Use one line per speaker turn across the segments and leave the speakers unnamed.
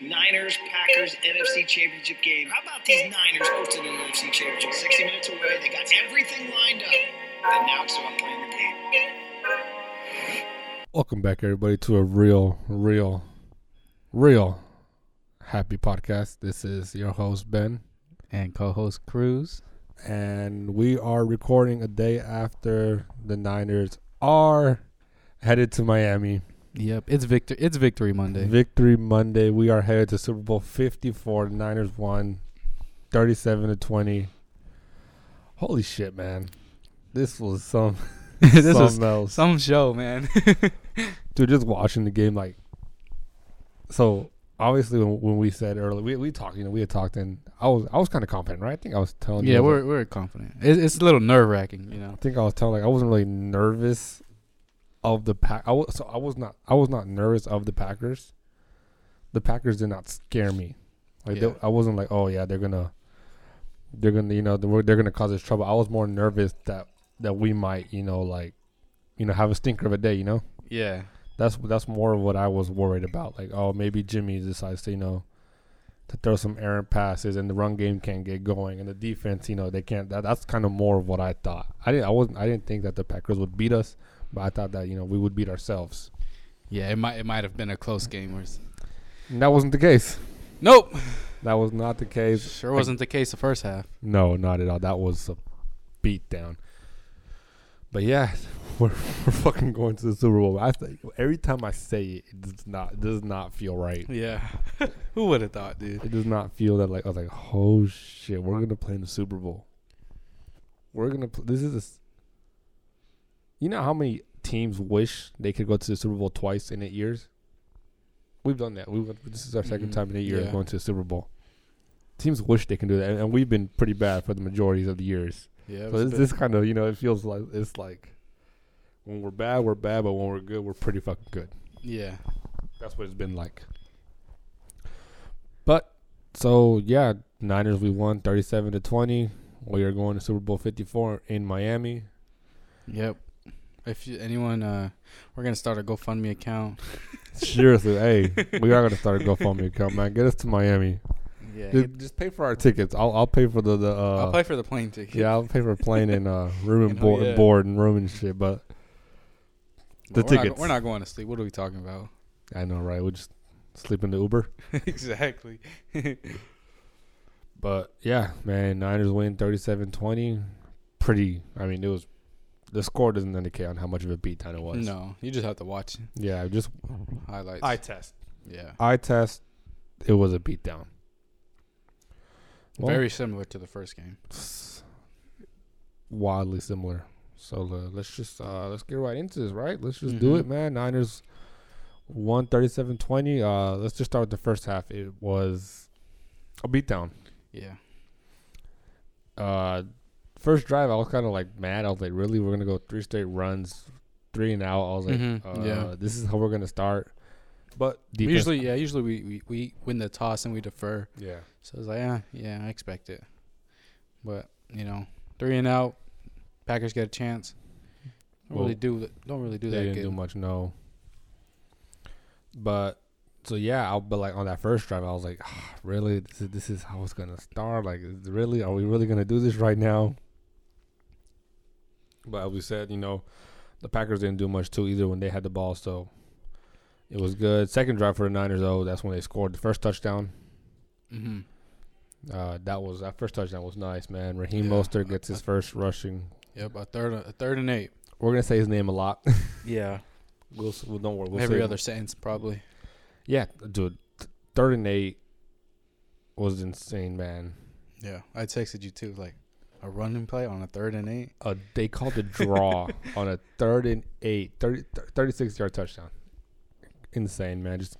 Niners Packers NFC Championship game. How about these Niners hosting an NFC Championship? 60 minutes away. They got everything lined up. And now it's about playing the game.
Welcome back, everybody, to a real, real, real happy podcast. This is your host, Ben,
and co-host Cruz.
and we are recording a day after the Niners are headed to Miami.
Yep, it's victor. It's Victory Monday.
Victory Monday. We are headed to Super Bowl 54. The Niners won 37 to 20. Holy shit, man. This was some.
this was
something else.
some show, man.
dude, just watching the game, like, so obviously when, when we said earlier, we we talked, you know, we had talked, and I was I was kind of confident, right? I think I was telling, you,
yeah,
I was
we're
like-
we're confident. It's, it's a little nerve wracking, you know.
I think I was telling, like, I wasn't really nervous of the pack. I was so I was not I was not nervous of the Packers. The Packers did not scare me. Like they-
Yeah.
I wasn't like, oh yeah, they're gonna, they're gonna, you know, they're, they're gonna cause us trouble. I was more nervous that that we might, you know, like, you know, have a stinker of a day, you know.
Yeah,
that's that's more of what I was worried about. Like, oh, maybe Jimmy decides to you know to throw some errant passes, and the run game can't get going, and the defense, you know, they can't. That, that's kind of more of what I thought. I didn't. I wasn't. I didn't think that the Packers would beat us, but I thought that you know we would beat ourselves.
yeah. It might it might have been a close game. Or s-
And that wasn't the case.
nope,
That was not the case.
sure wasn't the case the first half.
No, not at all. That was a beatdown. But yeah, we're, we're fucking going to the Super Bowl. I th- every time I say it, it does not does not feel right.
Yeah, who would have thought, dude?
it does not feel that like I was like, oh shit, we're gonna play in the Super Bowl. We're gonna pl- this is a, s- you know how many teams wish they could go to the Super Bowl twice in eight years. We've done that. We went, this is our 2nd
Mhm.
time in eight years
Yeah.
going to the Super Bowl. Teams wish they can do that, and, and we've been pretty bad for the majorities of the years.
Yeah,
So
it was a
it's
bit-
this kind of you know it feels like it's like when we're bad we're bad, but when we're good we're pretty fucking good.
yeah,
That's what it's been like. But so yeah, Niners we won 37 to 20. We are going to Super Bowl 54 in Miami.
yep. If you, anyone, uh, we're gonna start a GoFundMe account.
Seriously, hey, we are gonna start a GoFundMe account, man. Get us to Miami.
Yeah,
Just, just pay for our tickets. I'll I'll pay for the the. Uh,
I'll play for the plane ticket.
yeah, I'll pay for plane and uh, room and
You know,
board,
yeah.
board and room and shit. But the
But we're not-
tickets.
we're not going to sleep. What are we talking about?
I know, right? We'll just sleep in the Uber.
exactly.
But yeah, man, Niners win 37-20. Pretty. I mean, it was. The score doesn't indicate on how much of a beatdown it was.
No, you just have to watch
Yeah, just
highlights.
test.
yeah,
Eye test. It was a beatdown. Well,
very similar to the first game.
s- wildly similar. So uh, let's just uh, let's get right into this, right? Let's just do
Mhm.
it, man. Niners won 37-20. Uh, let's just start with the first half. It was a beatdown.
Yeah,
uh first drive I was kind of like mad. I was like, really, we're gonna go three straight runs, three and out. I was like,
Mhm,
uh,
yeah.
this is how we're gonna start. But defense,
usually, yeah, usually we, we, we win the toss and we defer.
yeah,
So it's like, yeah, yeah, I expect it. But you know, three and out, Packers get a chance. Don't
Well,
really do that- don't really do
they
that
didn't
good.
do much. No. But so yeah, I, but like on that first drive, I was like, ah, really, this is this is how it's gonna start. Like, is- really, are we really gonna do this right now? But as we said, you know, the Packers didn't do much too either when they had the ball, so it was good. Second drive for the Niners, though, that's when they scored the first touchdown. Mm-hmm.
hmm
Uh, that was that first touchdown was nice, man. Raheem
Yeah.
Mostert gets his first rushing.
Yep, a third, a third and eight.
We're gonna say his name a lot.
Yeah,
we'll, s- we'll don't worry. We'll
every
say-
other sentence probably.
Yeah, dude, th- third and eight was insane, man.
Yeah, I texted you too, like a running play on a third and eight.
Uh, they called a draw on a third and eight, 30, thir- 36 yard touchdown. Insane, man. Just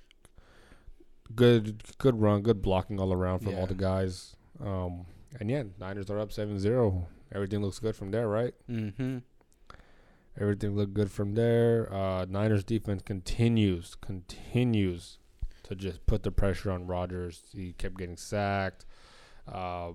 good, good run, good blocking all around from all
Yeah.
the guys. Um, and yeah, Niners are up 7-0. Everything looks good from there, right?
Mm-hmm.
Everything looked good from there. Uh, Niners defense continues, continues to just put the pressure on Rodgers. He kept getting sacked. Uh,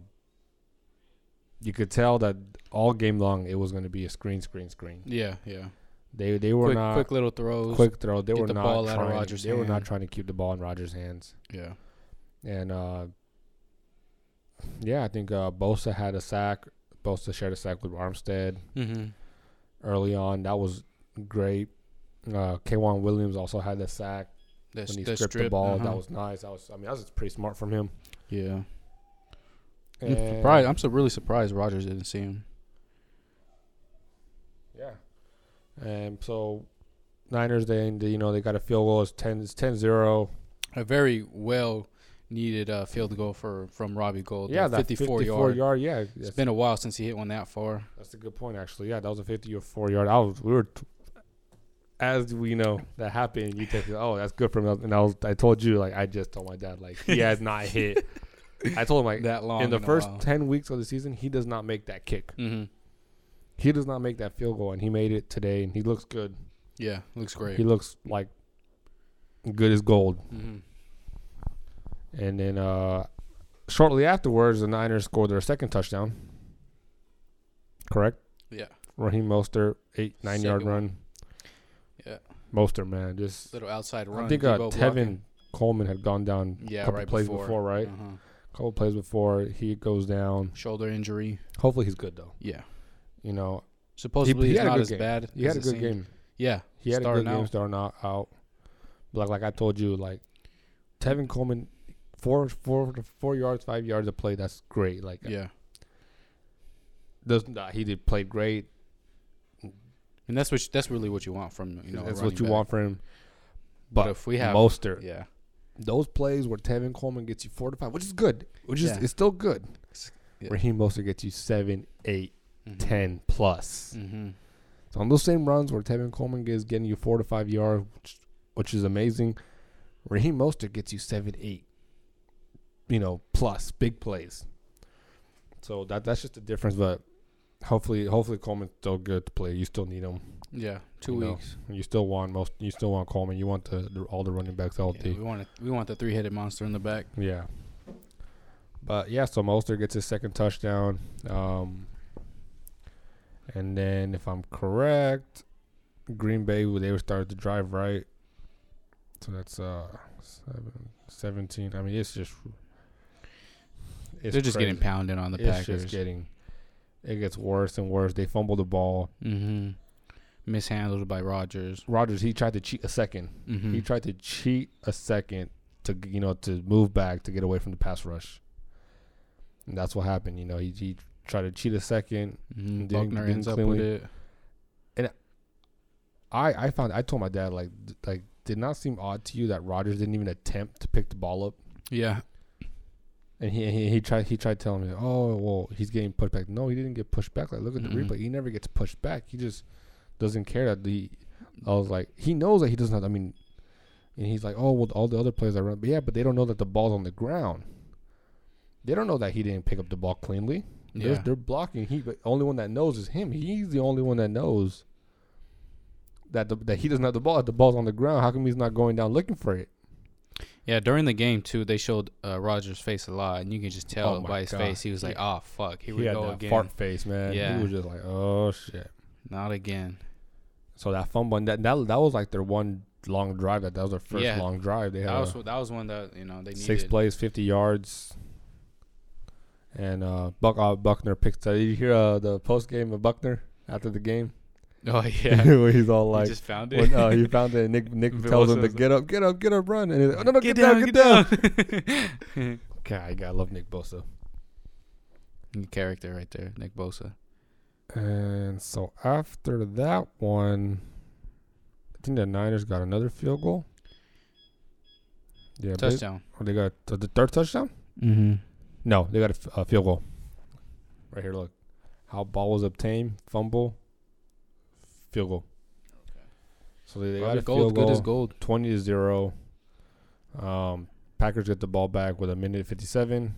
you could tell that all game long it was going to be a screen, screen, screen.
Yeah, yeah.
They they were
quick,
not
quick
quick,
little throws.
throw. They
get
were
the
not
ball out of
trying.
Rodgers'
they were not
hand.
trying to keep the ball in Rodgers' hands.
Yeah.
And uh, yeah, I think uh, Bosa had a sack. Bosa shared a sack with Armstead
Mm-hmm.
early on. That was great. Uh, Kwan Williams also had the sack
The,
when he
the
stripped the
strip,
ball.
uh-huh.
That was nice. That was I mean that was pretty smart from him.
yeah. I'm
And-
surprised. I'm so really surprised Rogers didn't see him.
Yeah. And so Niners they you know they got a field goal. It's 10 it's 10-0.
A very well needed uh, field goal for from Robbie Gold.
Yeah,
the
that 54, yard. Yeah,
It's
that's,
been a while since he hit one that far.
that's a good point actually. Yeah, that was a 50 or 4 yard. I was we were t- as we know that happened, you texted, "Oh, that's good for him." And I was I told you like I just told my dad like he has not hit. I told him like
That long
in the
a
first
while.
10 weeks of the season, he does not make that kick.
Mhm.
He does not make that field goal and he made it today and he looks good.
Yeah, looks great.
He looks like good as gold.
Mhm.
And then uh, shortly afterwards, the Niners scored their second touchdown. Correct?
Yeah,
Raheem Mostert, eight, nine yard
Second one.
run.
Yeah.
Mostert, man. Just,
little outside run.
I think uh,
Deebo
Tevin
blocking.
Coleman had gone down a
Yeah,
couple
right
plays before,
before.
right?
Uh-huh.
couple plays before. He goes down.
Shoulder injury.
Hopefully he's good, though.
Yeah,
You know,
supposedly
he
it's
had a
not
good
as
game.
bad.
he had a
as it
good
seemed.
game.
Yeah,
He had
Starting
a good game
out.
starting out. out. Like, like I told you, like, Tevin Coleman, four, four, four yards, five yards a play. That's great. Like,
yeah.
does nah, he did play great.
And that's what you- that's really what you want from you know. a
That's
running
what you
back.
want for him. But,
But if we have
Mostert,
yeah,
those plays where Tevin Coleman gets you four to five, which is good, which is
Yeah.
it's still good.
Yeah.
Raheem Mostert gets you seven, eight, ten
Mhm.
plus.
Mm-hmm.
So on those same runs where Tevin Coleman is getting you four to five yards, which, which is amazing, Raheem Mostert gets you seven, eight, you know, plus big plays. So that that's just the difference. But hopefully, hopefully Coleman's still good to play. You still need him.
Yeah, two
You know,
weeks.
You still want most. You still want Coleman. You want the, the all the running backs
Yeah,
healthy.
we want a, we want the three headed monster in the back.
Yeah. But yeah, so Mostert gets his second touchdown, um, and then if I'm correct, Green Bay well, they were started to drive right. So that's uh seven, 17. I mean, it's just it's
They're just getting
crazy.
pounded on the
It's
Packers.
just getting it gets worse and worse. They fumble the ball.
mm-hmm. Mishandled by Rogers.
Rogers he tried to cheat a second.
Mm-hmm.
He tried to cheat a second to g- you know to move back to get away from the pass rush. And that's what happened. You know, he, he tried to cheat a second.
mm-hmm.
didn't-
Buckner
didn't
ends up
cleanly-
with it.
I I found I told my dad like d- like did not seem odd to you that Rogers didn't even attempt to pick the ball up.
Yeah,
And he, he he tried he tried telling me, oh well, he's getting pushed back. No, he didn't get pushed back. Like look at
Mhm.
the replay. He never gets pushed back. He just doesn't care that the. I was like, he knows that he doesn't. Have, I mean, and he's like, oh well, all the other players I run, but yeah, but they don't know that the ball's on the ground. They don't know that he didn't pick up the ball cleanly. They're,
yeah.
they're blocking. He but only one that knows is him. He's the only one that knows that the, that he doesn't have the ball. The ball's on the ground. How come he's not going down looking for it?
Yeah, during the game too, they showed uh, Rogers' face a lot, and you can just tell
Oh my
by his
God.
face he was like, "Oh fuck, here we
had
go
that
again,
fart face, man.
Yeah.
he was just like, oh shit.
not again."
So that fumble, and that, that that was like their one long drive. That that was their first
Yeah.
long drive. They had
That
a
was that was one that you know they needed.
six plays, fifty yards, and uh, Buck uh, Buckner picks. Uh, you hear uh, the post game of Buckner after the game?
Oh yeah,
where he's all
I
like,
just found it.
when, uh, he found it. And Nick Nick
Bill
tells him to
says-
get up, get up, get up, run. And he's like, oh, no, no, get, down, get down. God, I gotta love Nick Bosa.
Character right there, Nick Bosa.
And so after that one, I think the Niners got another field goal. Yeah, they,
Touchdown.
they got the- the third touchdown.
Mm-hmm.
No, they got a, f- a field goal. Right here, look. How ball was obtained, fumble, field goal. So they, they got a
gold,
field goal,
good as gold.
twenty to zero. Um, Packers get the ball back with a minute fifty-seven,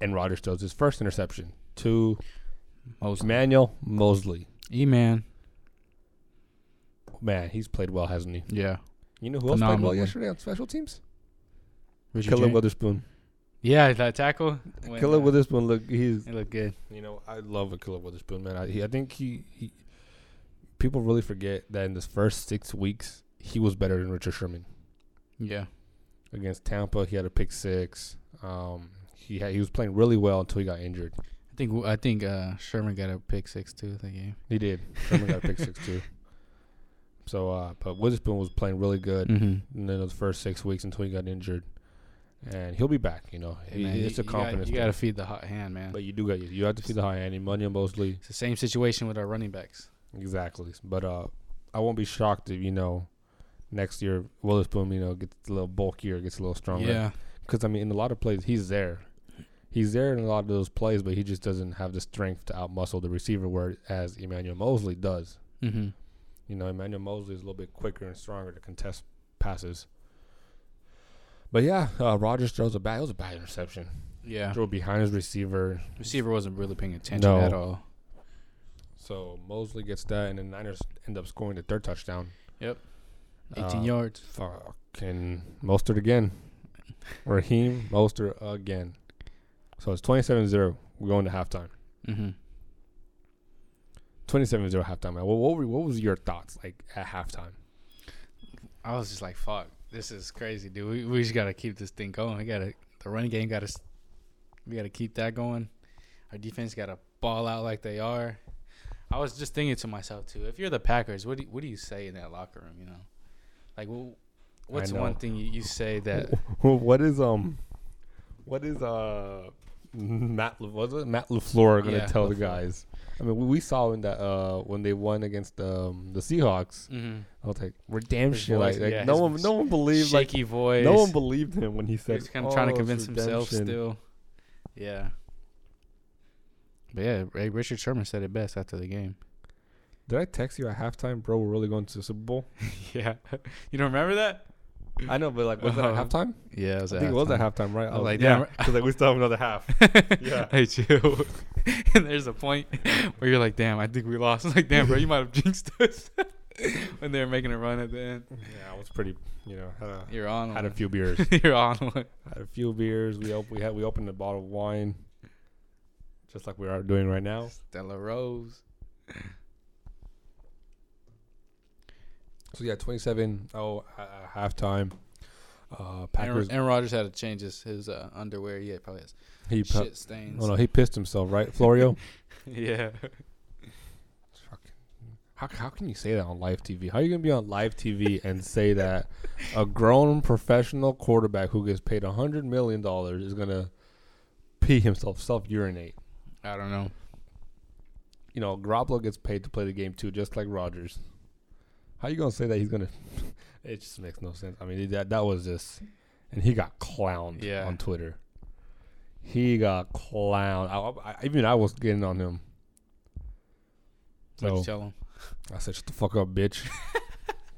and Rodgers throws his first interception to
Most
Emmanuel Mosley.
E man.
Man, he's played well, hasn't he?
Yeah.
You know who else played well
Phenomenally.
yesterday on special teams?
Richard
Killer
Jay-
Witherspoon.
Yeah, that tackle. When,
Killer
uh,
Witherspoon. Look, he's
It looked good.
You know, I love Akilah Witherspoon, man. I, he, I think he, he, people really forget that in the first six weeks, he was better than Richard Sherman.
Yeah.
against Tampa. He had a pick six. Um, he had, he was playing really well until he got injured.
I think I think uh, Sherman got a pick six too that game.
He did. Sherman got a pick six too. So, uh, but Witherspoon was playing really good
Mm-hmm.
in those first six weeks until he got injured, and he'll be back. You know, He- it's a confidence.
You
thing.
got to feed the hot hand, man.
but you do got you have to feed the high end. Money mostly
It's the same situation with our running backs.
exactly. But uh, I won't be shocked if you know next year Witherspoon you know gets a little bulkier, gets a little stronger.
Yeah,
because I mean, in a lot of plays, he's there. He's there in a lot of those plays, but he just doesn't have the strength to outmuscle the receiver, where as Emmanuel Mosley does.
mm-hmm.
You know, Emmanuel Mosley is a little bit quicker and stronger to contest passes. But yeah, uh, Rogers throws a bad. It was a bad interception.
yeah.
Threw behind his receiver,
Receiver wasn't really paying attention
No.
at all.
so Mosley gets that, and the Niners end up scoring the third touchdown.
Yep, 18
Uh,
yards.
Fucking Mostert again. Raheem Mostert again. So it's 27-0. We're going to halftime.
Mm-hmm.
27 0 halftime. Man. What, what, were, what was your thoughts like at halftime?
I was just like, "Fuck, this is crazy, dude. We, we just gotta keep this thing going. We gotta the running game gotta s- we gotta keep that going. Our defense gotta ball out like they are." I was just thinking to myself too. If you're the Packers, what do you, what do you say in that locker room? You know, like wh- what's
know.
one thing you, you say that
what is um, what is uh, Matt La- was it Matt Lafleur going to
Yeah,
tell the
LaFleur.
guys? I mean, we, we saw in that uh when they won against um the Seahawks. I was like, we're damn
His
sure
voice,
like, like,
Mm-hmm. yeah,
no
his
one no one believed like
shaky voice?
no one believed him when he said
He's kind of trying
"Oh,
to
it's
convince himself
redemption."
still. Yeah. But yeah, Ray- Richard Sherman said it best after the game.
Did I text you at halftime, bro? We're really going to the Super Bowl.
yeah, you don't remember that?
I know, but like, was it at
Uh-huh.
halftime?
Yeah, it was
I think it was at halftime, right?
I was like,
yeah,
damn.
'cause, like we still have another half. Yeah.
Hey, chill. and there's a point where you're like, damn, I think we lost. like, damn, bro, you might have jinxed us when they were making a run at the end.
Yeah, I was pretty, you know, had a,
You're on
had a
one.
few beers.
you're on one.
had a few beers. We op- we had we opened a bottle of wine, just like we are doing right now.
Stella Rose.
So yeah, 27 0 at halftime. Uh, Packers.
Aaron, Aaron Rodgers had to change his, his uh, underwear. Yeah, probably has
he pu-
shit stains.
oh no, he pissed himself, right, Florio?
yeah.
Fucking- how how can you say that on live TV? How are you gonna be on live TV and say that a grown professional quarterback who gets paid a hundred million dollars is gonna pee himself, self urinate?
I don't know.
you know, Garoppolo gets paid to play the game too, just like Rodgers. How you gonna say that he's gonna? it just makes no sense. I mean, that that was just, and he got clowned
Yeah.
on Twitter. He got clowned. I, I, even I was getting on him.
What'd
So
you tell him?
I said, "Shut the fuck up, bitch."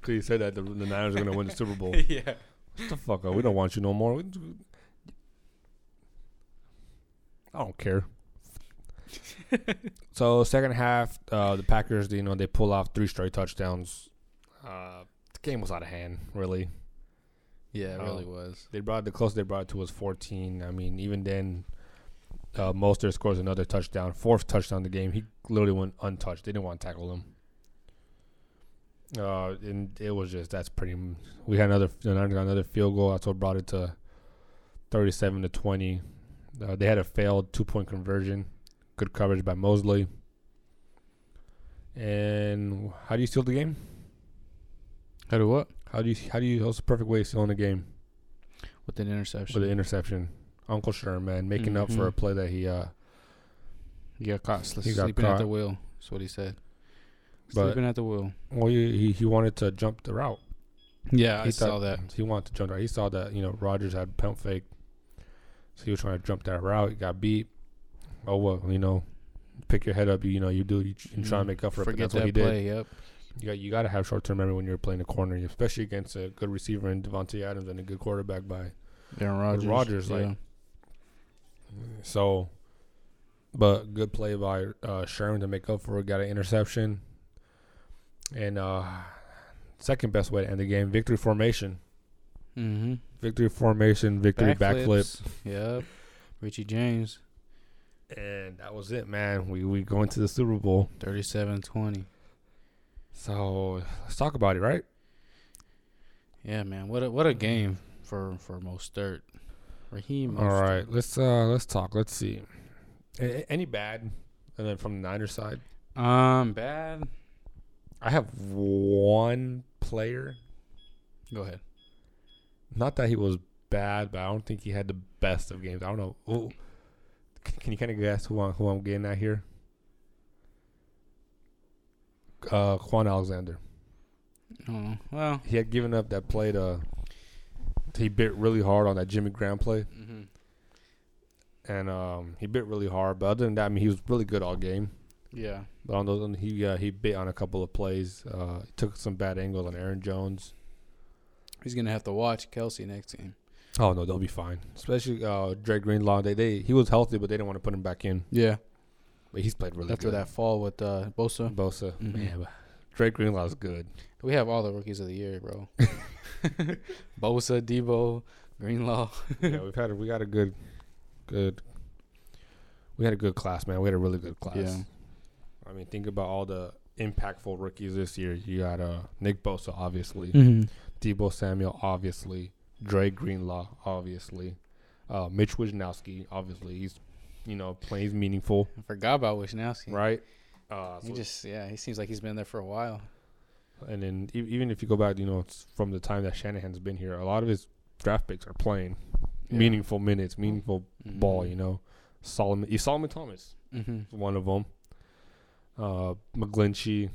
Because he said that the, the Niners are gonna win the Super Bowl.
yeah.
Shut the fuck up. We don't want you no more. We- I don't care. so second half, uh, the Packers, you know, they pull off three straight touchdowns. Uh, the game was out of hand, really.
Yeah, it
Oh.
really was.
They brought the closest they brought it to was 14. I mean, even then, uh, Mostert scores another touchdown, fourth touchdown of the game. He literally went untouched. They didn't want to tackle him. Uh, and it was just that's pretty. m- We had another another another field goal. That's what brought it to 37 to 20. Uh, they had a failed two point conversion. Good coverage by Mosley. And how do you steal the game?
How do what?
How do you how do you? That's the perfect way of stealing a game.
With an interception.
with an interception. Uncle Sherman making up for a
Mhm.
play that he uh
He got caught sl-
He got
sleeping at the
caught.
wheel. That's what he said.
But-
sleeping at the wheel.
well he he, he wanted to jump the route.
Yeah,
he
I saw
thought-
that.
He wanted to jump the route. He saw that, you know, Rogers had pump fake. So he was trying to jump that route, he got beat. Oh well, you know, pick your head up, you, you know, you do you, you try and make up for it. but
Mm-hmm. Forget
That's what he
that
did.
play. Yep.
You got you gotta have short term memory when you're playing the corner, especially against a good receiver in Devontae Adams and a good quarterback by
Aaron Rodgers.
Rodgers, like, So, but good play by uh, Sherman to make up for it. Got an interception. And uh, second best way to end the game victory formation.
mm-hmm.
Victory formation, victory backflip.
Yep. Richie James,
And that was it, man. We, we go into the Super Bowl.
37-20.
So let's talk about it, right?
Yeah, man. What a what a game for for Mostert. Raheem.
All
Mostert.
right, let's uh let's talk. Let's see. A- a- any bad? And then from the Niners side,
Um, bad.
I have one player.
Go ahead.
Not that he was bad, but I don't think he had the best of games. I don't know. Ooh. Can, can you kind of guess who I'm, who I'm getting at here? Uh, Quan Alexander.
I don't know. Well,
He had given up that play to. He bit really hard on that Jimmy Graham play.
hmm
and um, he bit really hard. But other than that, I mean, he was really good all game.
yeah.
But on those, on- he uh, he bit on a couple of plays. Uh, took some bad angles on Aaron Jones.
He's gonna have to watch Kelsey next game.
Oh no, they'll be fine. Especially uh, Dre Greenlaw. They they he was healthy, but they didn't want to put him back in.
Yeah.
But he's played really
After
good.
that fall with uh, Bosa,
Bosa,
Mhm.
man, but Dre Greenlaw's good.
we have all the rookies of the year, bro. Bosa, Debo, Greenlaw.
yeah, we've had a, we got a good, good. We had a good class, man. We had a really good class.
Yeah.
I mean, think about all the impactful rookies this year. You got uh, Nick Bosa, obviously.
Mm-hmm.
Debo Samuel, obviously. Dre Greenlaw, obviously. Uh, Mitch Wisnowski, obviously. He's, you know, playing. He's meaningful,
I forgot about Wisnowski.
right? Uh,
He
so-
just yeah, he seems like he's been there for a while.
and then e- even if you go back, you know, it's from the time that Shanahan's been here, a lot of his draft picks are playing
Yeah.
meaningful minutes, meaningful
Mhm.
ball. You know, Solomon, E- Solomon Thomas,
Mhm.
is one of them. Uh, McGlinchey,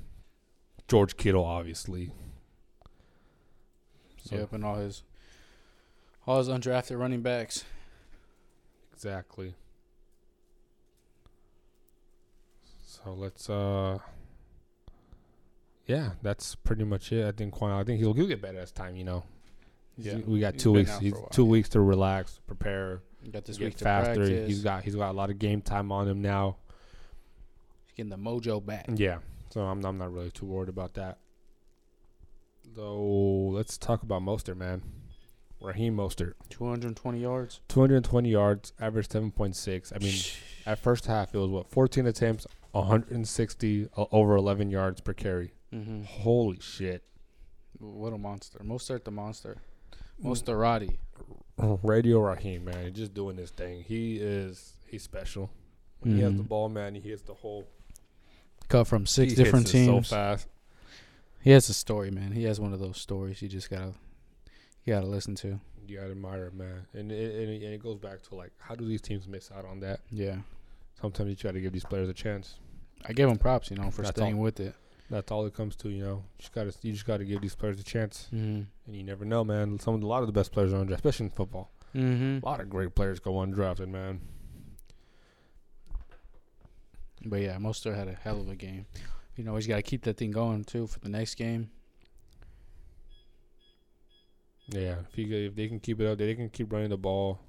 George Kittle, obviously. So
Yep, and all his all his undrafted running backs.
Exactly. So let's uh Yeah, that's pretty much it. I think Quan I think he'll, he'll get better as time, you know. He's-
Yeah.
We got
He's
two
been
weeks
out
he's
for a while,
two
yeah.
weeks to relax, prepare,
You got this
get
week to
faster.
practice.
He's got he's got a lot of game time on him now.
getting the mojo back.
Yeah. So I'm I'm not really too worried about that. Though let's talk about Mostert, man. Raheem Mostert.
220 yards.
Two hundred and twenty yards, average seven point six. I mean At first half, it was what 14 attempts, 160 o- uh, over 11 yards per carry.
Mm-hmm.
Holy shit!
What a monster. Mostert the monster.
Mm.
Mosterati.
Radio Raheem, man, he's just doing his thing. He is he's special. When He has the
Mhm.
ball, man. He hits the whole
Cut from six
he hits
different
it
teams.
so fast.
he has a story, man. He has one of those stories you just gotta you gotta listen to.
You gotta admire it, man, and it, and, it, and it goes back to like how do these teams miss out on that?
Yeah.
Sometimes you try to give these players a chance.
I gave him props, you know, for
That's
staying
all.
with it.
That's all it comes to, you know. Just gotta you just gotta give these players a chance,
Mm-hmm.
and you never know, man. Some a lot of the best players are undrafted, especially in football. A
Mm-hmm.
lot of great players go undrafted, man.
But yeah, Mostert had a hell of a game. You know, he's gotta keep that thing going too for the next game.
Yeah, if you could- if they can keep it up, they can keep running the ball.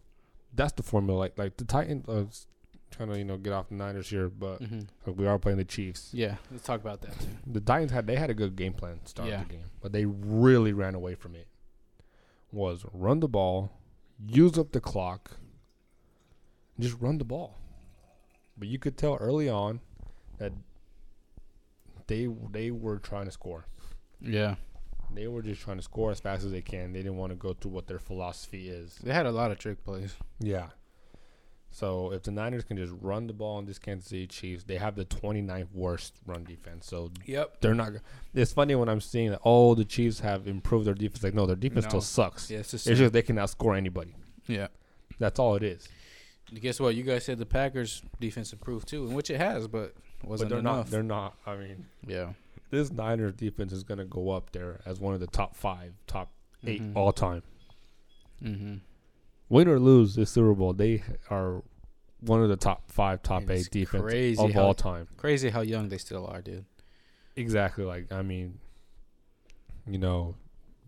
That's the formula. Like like the Titans uh, s- trying to you know get off the Niners here, but
Mm-hmm.
like, we are playing the Chiefs.
Yeah, let's talk about that too.
The Titans had they had a good game plan to start
Yeah.
the game, but they really ran away from it. Was run the ball, use up the clock, just run the ball. But you could tell early on that they they were trying to score.
Yeah.
They were just trying to score as fast as they can. They didn't want to go through what their philosophy is.
They had a lot of trick plays.
Yeah. So if the Niners can just run the ball on this Kansas City Chiefs, they have the 29th worst run defense. So
Yep.
they're not. It's funny when I'm seeing that oh the Chiefs have improved their defense. Like no, their defense
No.
still sucks.
Yeah, it's just,
It's just they can outscore anybody.
yeah.
That's all it is.
Guess what? You guys said the Packers defense improved too, and which it has, but
But
wasn't
they're not.
enough.
They're not. I mean,
yeah.
this Niners defense is gonna go up there as one of the top five, top 8
Mhm.
all time.
Mm-hmm.
Win or lose this Super Bowl, they are one of the top five, top
It's
eight defense
crazy
of
how-
all time.
Crazy how young they still are, dude.
Exactly. Like I mean, you know,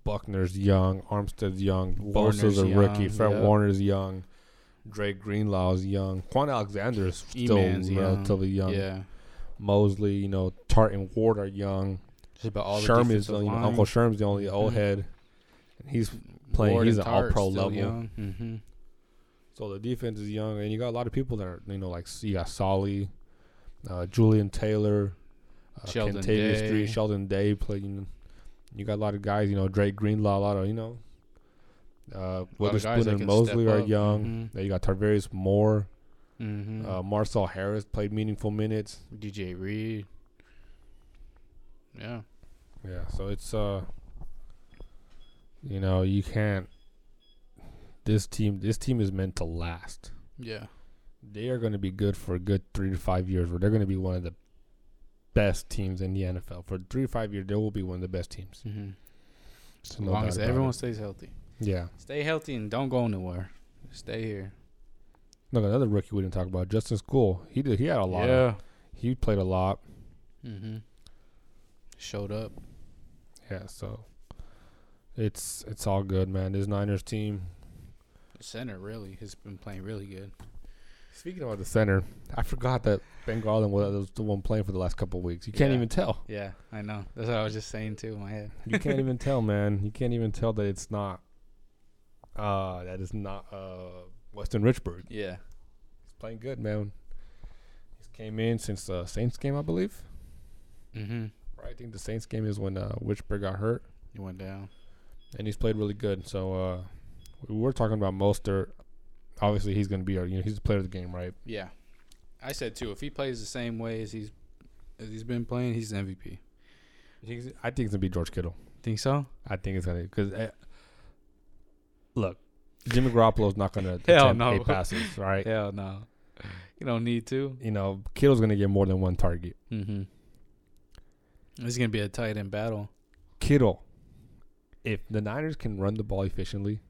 Buckner's young, Armstead's young, Bosa's
Warner's
a rookie,
young,
Fred
yeah.
Warner's young, Drake Greenlaw's young, Quan Alexander's still
E-Man's young.
relatively young.
Yeah.
Mosley, you know, Tartan Ward are young.
Just about all
Sherm
the
is
defensive
the- you know,
line.
Uncle Sherm's the only old
Mhm.
head, and he's playing.
Ward
he's
and
an all
Tart's
pro
still
level.
young. Mhm.
So the defense is young, and you got a lot of people that are, you know, like you got Solly, uh, Julian Taylor, uh,
Sheldon
Kentavious
Day.
Street, Sheldon Day playing. You got a lot of guys, you know, Drake Greenlaw, a lot of, you know, Uh,
guys that
Witherspoon and
can
Mosley
step
are
up.
young.
Mhm.
Then you got Tarvarius Moore.
Mm-hmm.
Uh, Marcel Harris played meaningful minutes.
DJ Reed. Yeah.
Yeah, so it's uh you know, you can't this team this team is meant to last.
Yeah.
They are gonna be good for a good three to five years where they're gonna be one of the best teams in the NFL. For three to five years they will be one of the best teams.
Mm-hmm.
So
As long as everyone
everyone's
stays healthy.
Yeah.
Stay healthy and don't go anywhere. Stay here.
Look another rookie we didn't talk about, Justin School. He did he had a lot.
Yeah.
he played a lot.
Mm-hmm. Showed up.
Yeah, so it's it's all good, man. This Niners team.
The center really has been playing really good.
Speaking about the center, I forgot that Ben Garland was the one playing for the last couple of weeks. You can't
Yeah.
even tell.
Yeah, I know. That's what I was just saying too in my head.
You can't even tell, man. You can't even tell that it's not. Uh, that is not uh Weston Richburg.
Yeah.
He's playing good, man. He's came in since uh, Saints game, I believe.
Mm-hmm.
Right, I think the Saints game is when uh, Richburg got hurt,
He went down.
and he's played really good. So uh, we were talking about Mostert. Obviously, he's going to be our. You know, he's the player of the game, right?
Yeah. I said too, if he plays the same way as he's as he's been playing, he's MVP.
He's, I think it's going to be George Kittle.
Think so?
I think it's gonna because look, Jimmy Garoppolo's not gonna
Hell
attempt
no.
eight passes, right?
Hell no. You don't need to.
You know, Kittle's gonna get more than one target.
Mm-hmm. It's gonna be a tight end battle.
Kittle, if the Niners can run the ball efficiently,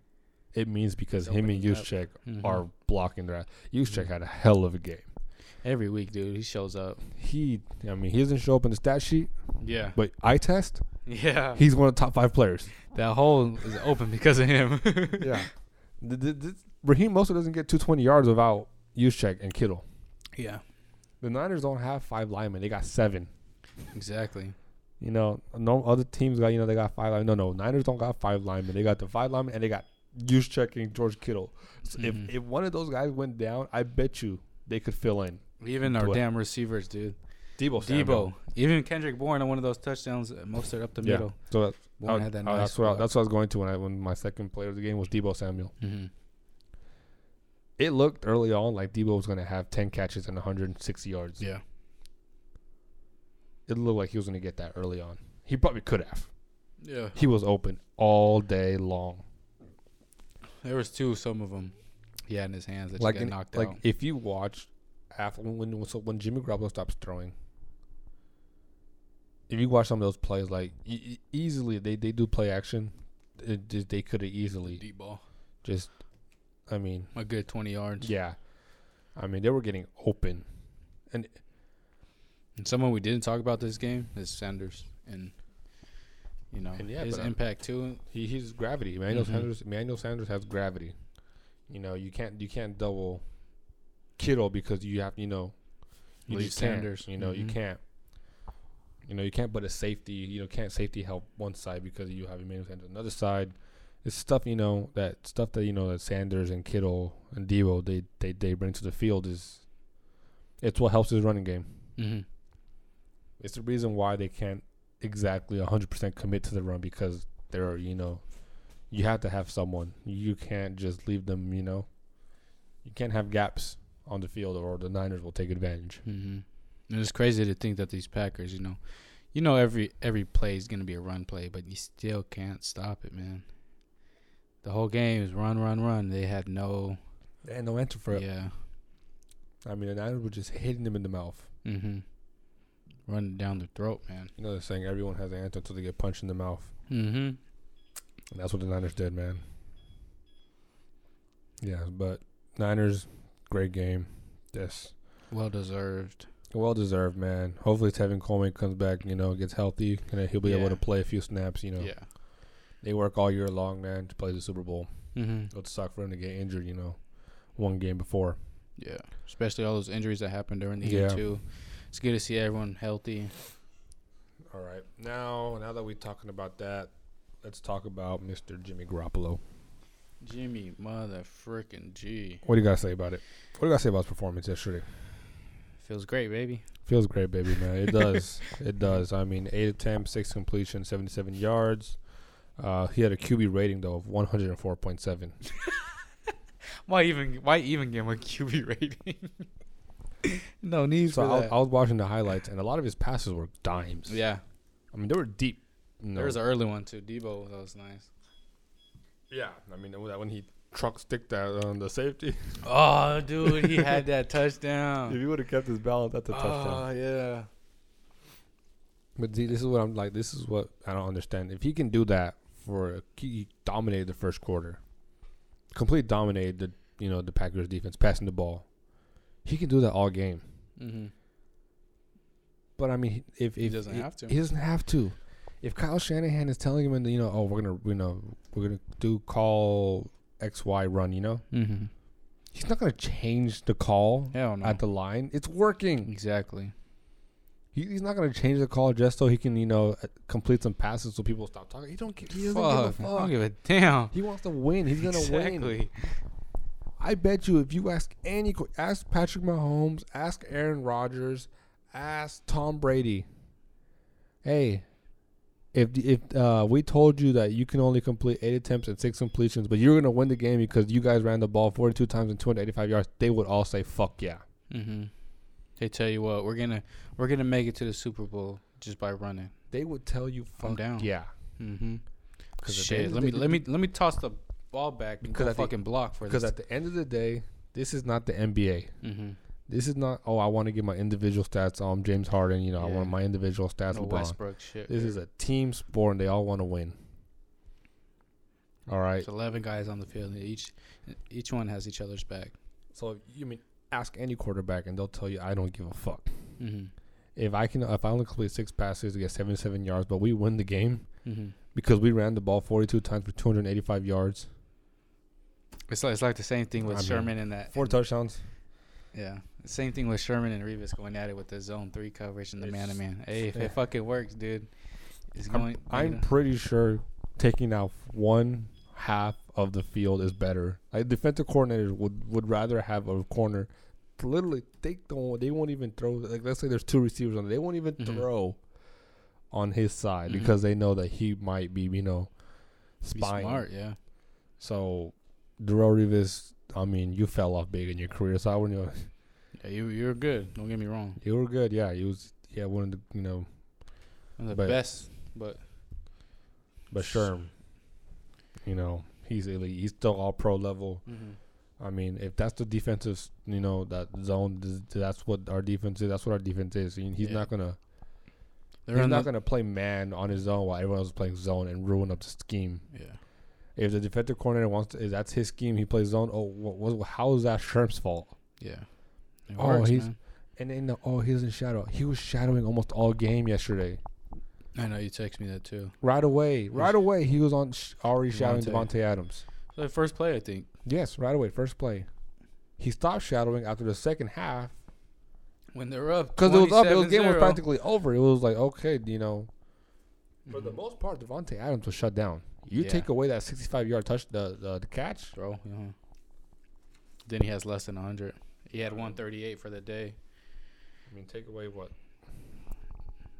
it means because
It's
him and
opening up.
Juszczyk
Mhm.
are blocking their. Juszczyk had a hell of a game.
Every week, dude, he shows up.
He, I mean, he doesn't show up in the stat sheet,
Yeah.
but I test,
Yeah.
he's one of the top five players.
That hole is open because of him.
yeah, Th- th- this, Raheem Mostert doesn't get 220 yards without Juszczyk and Kittle.
yeah.
The Niners don't have five linemen; they got seven.
Exactly.
You know, no other teams got you know they got five line. No, no, Niners don't got five linemen. They got the five linemen and they got use checking George Kittle. So
Mhm.
if if one of those guys went down, I bet you they could fill in.
Even our
Dwayne.
damn receivers, dude.
Debo,
Debo, even Kendrick Bourne on one of those touchdowns, uh, Mostert up the
yeah.
middle.
So that's,
Bourne
I-
had that
I-
nice.
that's what I,
block.
that's what I was going to when I when my second player of the game was Debo Samuel.
Mhm.
It looked early on like Debo was going to have ten catches and 160 yards.
Yeah.
It looked like he was going to get that early on. He probably could have.
Yeah.
He was open all day long.
There was two, some of them he had in his hands that
like
you got
in-
knocked
like
out.
if you watch after when when, so when Jimmy Garoppolo stops throwing, if you watch some of those plays, like e- e- easily they, they do play action, it, just- they could have easily
Deep ball.
just, I mean,
A good 20 yards.
yeah, I mean they were getting open, and
And someone we didn't talk about this game is Sanders. And, you know,
And yeah,
his
but, uh,
impact too.
he he's gravity. Emmanuel
Mhm.
Sanders Emmanuel Sanders has gravity. You know you can't you can't double Kittle because you have you know you
Leave
just can't,
Sanders.
You know you
Mhm.
can't. You know you can't put a safety. You know can't safety help one side because you have Emmanuel Sanders on the other side. It's stuff you know that stuff that you know that Sanders and Kittle and Debo they they they bring to the field is. It's what helps his running game.
Mm-hmm.
It's the reason why they can't exactly 100% commit to the run because there are, you know, you have to have someone. You can't just leave them, you know. You can't have gaps on the field or the Niners will take advantage.
Mm-hmm. And it's crazy to think that these Packers, you know, you know every every play is gonna be a run play, but you still can't stop it, man. The whole game is run, run, run. They had no,
They had no answer for it.
yeah,
I mean, the Niners were just hitting them in the mouth.
mm-hmm, running down the throat, man.
You know, they're saying everyone has an answer until they get punched in the mouth.
Mm-hmm.
And that's what the Niners did, man. Yeah, but Niners, great game. Yes.
Well deserved.
Well deserved, man. Hopefully, Tevin Coleman comes back, you know, gets healthy, and he'll be able
Yeah.
to play a few snaps. You know,
Yeah.
they work all year long, man, to play the Super Bowl.
Mm-hmm.
It would suck for him to get injured, you know, one game before.
Yeah. Especially all those injuries that happened during the year
Yeah.
too. It's good to see everyone healthy.
All right, now now that we're talking about that, let's talk about Mr. Jimmy Garoppolo.
Jimmy, mother freaking G.
What do you gotta say about it? What do you gotta say about his performance yesterday?
Feels great, baby.
Feels great, baby, man. It does. it does. I mean, eight attempts, six completions, seventy-seven yards, Uh, he had a QB rating though of 104.7.
Why even? Why even give him a QB rating? no need
So
for
I,
that.
I was watching the highlights, and a lot of his passes were dimes.
yeah,
I mean they were deep. No.
there was an early one too. Debo, that was nice.
yeah. I mean that when he truck stick that on the safety,
Oh, dude, he had that touchdown.
he would have kept his balance, that's a
Oh yeah.
But see, this is what I'm like. This is what I don't understand. If he can do that for he dominated the first quarter, complete dominated the you know the Packers defense passing the ball. He can do that all game.
Mm-hmm.
But I mean, if, if
He doesn't have to.
he doesn't have to. If Kyle Shanahan is telling him, and you know, oh, we're gonna, you know, we're gonna do call X Y run, you know,
Mm-hmm.
he's not gonna change the call
Hell no.
at the line. It's working.
exactly.
He, he's not gonna change the call just so he can, you know, uh, complete some passes so people stop talking. He don't. gi- He doesn't
Fuck.
give
I
a fuck.
don't give a damn.
He wants to win. He's gonna win.
exactly.
I bet you, if you ask any, que- ask Patrick Mahomes, ask Aaron Rodgers, ask Tom Brady. Hey, if the- if uh, we told you that you can only complete eight attempts and six completions, but you're gonna win the game because you guys ran the ball 42 times and 285 yards, they would all say, "Fuck yeah."
Mm-hmm. They tell you what, we're gonna we're gonna make it to the Super Bowl just by running.
They would tell you,
I'm
"Fuck
down.
yeah."
Mm-hmm.
'Cause at the end
Shit,
of
let
the
me
day-
let me let me toss the ball back and
Because
go
I think-
fucking block for
Because
this.
at the end of the day, this is not the NBA.
mm-hmm.
This is not. Oh, I want to get my individual stats. Oh, I'm James Harden. You know, I
Yeah.
want my individual stats.
No
LeBron.
Westbrook shit.
This is a team sport, and they all want to win. All right.
It's eleven guys on the field. And each each one has each other's back.
So you mean ask any quarterback, and they'll tell you, "I don't give a fuck."
Mm-hmm.
If I can, if I only complete six passes to get seventy-seven yards, but we win the game
Mm-hmm.
because we ran the ball forty-two times for two hundred eighty-five yards,
It's like it's like the same thing with
I mean,
Sherman and that.
four touchdowns.
Yeah, same thing with Sherman and Revis going at it with the zone three coverage and the man to man. Hey, if
yeah.
it fucking works, dude, it's
I'm,
going.
I'm pretty sure taking out one half of the field is better. Like defensive coordinators would would rather have a corner. Literally, they don't. They won't even throw. Like let's say there's two receivers on. They won't even
Mhm.
throw on his side
Mhm.
because they know that he might be you know
be
spying.
smart. Yeah.
So Darrell Revis. I mean, you fell off big in your career, so I wouldn't. even-
Yeah, you you're good. Don't get me wrong.
You were good, yeah. You was yeah one of the you know,
I'm the
But-
best, but
but Sherm. You know he's elite. He's still all pro level.
Mm-hmm.
I mean, if that's the defensive, s- you know, that zone, th- that's what our defense is. That's what our defense is. And he's
Yeah.
not gonna,
they're
he's
on
not
the,
gonna play man on his own while everyone else is playing zone and ruin up the scheme.
yeah.
If the defensive coordinator wants, to, if that's his scheme, he plays zone. Oh, wha wha- how is that Sherm's fault?
Yeah. It
Oh, he's- And then the, oh, he was in shadow. He was shadowing almost all game yesterday.
I know you text me that too.
Right away, right away, he was on sh- already shadowing
Devontae.
Devontae Adams.
So the first play, I think.
Yes, right away, first play. He stopped shadowing after the second half
When they're up,
Because it was up, it was game was
27-0.
practically over. It was like okay, you know. For the most part, Devonte Adams was shut down. You
Yeah.
take away that sixty-five yard touch, the the, the catch.
throw. uh-huh. Then he has less than 100. He had 138 for the day.
I mean, take away what?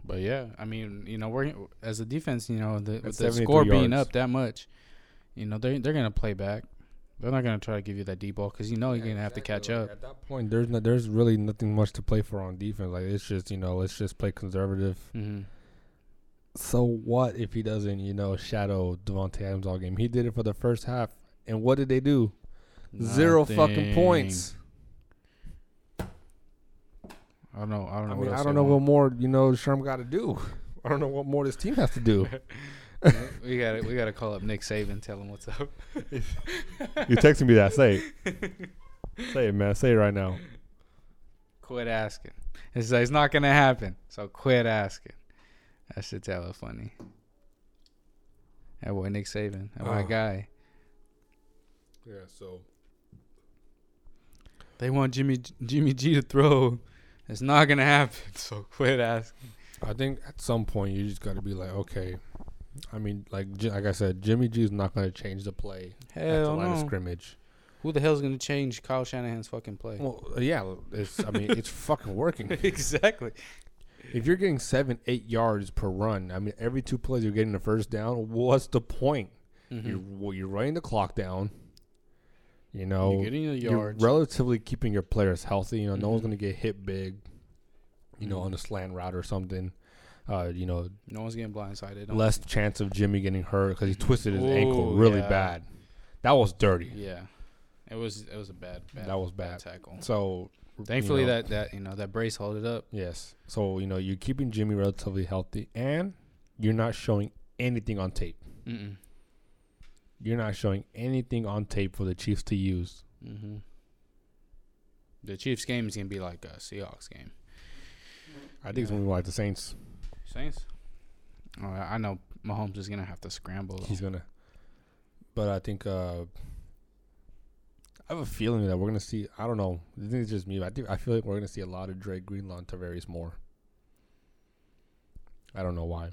But yeah, I mean, you know, we're as a defense, you know, the, with
That's
the
73
score being
yards.
up that much, you know, they they're gonna play back. They're not gonna try to give you that deep ball because you know you're gonna have to catch up.
At that point, there's no, there's really nothing much to play for on defense. Like it's just you know, let's just play conservative.
Mm-hmm.
So what if he doesn't you know shadow Devonte Adams all game? He did it for the first half, and what did they do? Zero fucking points.
I don't know. I don't know.
I
what
mean,
else
I
they
don't know
want.
what more you know Sherm got to do. I don't know what more this team has to do.
we got to we got to call up Nick Saban, tell him what's up.
You're texting me that. Say it. Say it, man. Say it right now.
Quit asking. It's like, it's not gonna happen. So quit asking. That shit's hella funny. That boy Nick Saban, that my
Oh.
guy.
Yeah, so.
They want Jimmy Jimmy G to throw. It's not gonna happen. So quit asking.
I think at some point you just got to be like, okay. I mean, like Ji- like I said, Jimmy G is not going to change the play at the
Hell
line of
no.
scrimmage.
Who the hell's gonna change Kyle Shanahan's fucking play?
Well, yeah, it's I mean, it's fucking working.
exactly.
If you're getting seven, eight yards per run, I mean, every two plays you're getting a first down. What's the point?
Mm-hmm.
You're well, you're running the clock down. You know,
You're getting the yards. Mm-hmm.
You're relatively keeping your players healthy. You know, no one's gonna get hit big. You know, on a slant route or something. Uh, you know,
no one's getting blindsided. Don't-
less chance of Jimmy getting hurt because he twisted his ankle
Ooh,
really
yeah.
bad. That was dirty.
Yeah, it was it was a bad, bad
That was bad.
tackle.
So you
Thankfully
know,
that that you know that brace held it up.
yes. So you know you're keeping Jimmy relatively healthy, and you're not showing anything on tape.
Mm-mm.
You're not showing anything on tape for the Chiefs to use.
Mm-hmm. The Chiefs game is gonna be like a Seahawks game.
I think it's gonna be like the Saints.
Saints. Oh, I I know Mahomes is gonna have to scramble. though.
He's gonna, but I think uh I have a feeling that we're gonna see. I don't know. I think it's just me. but I think I feel like we're gonna see a lot of Drake Greenlaw and Tavares Moore. I don't know why.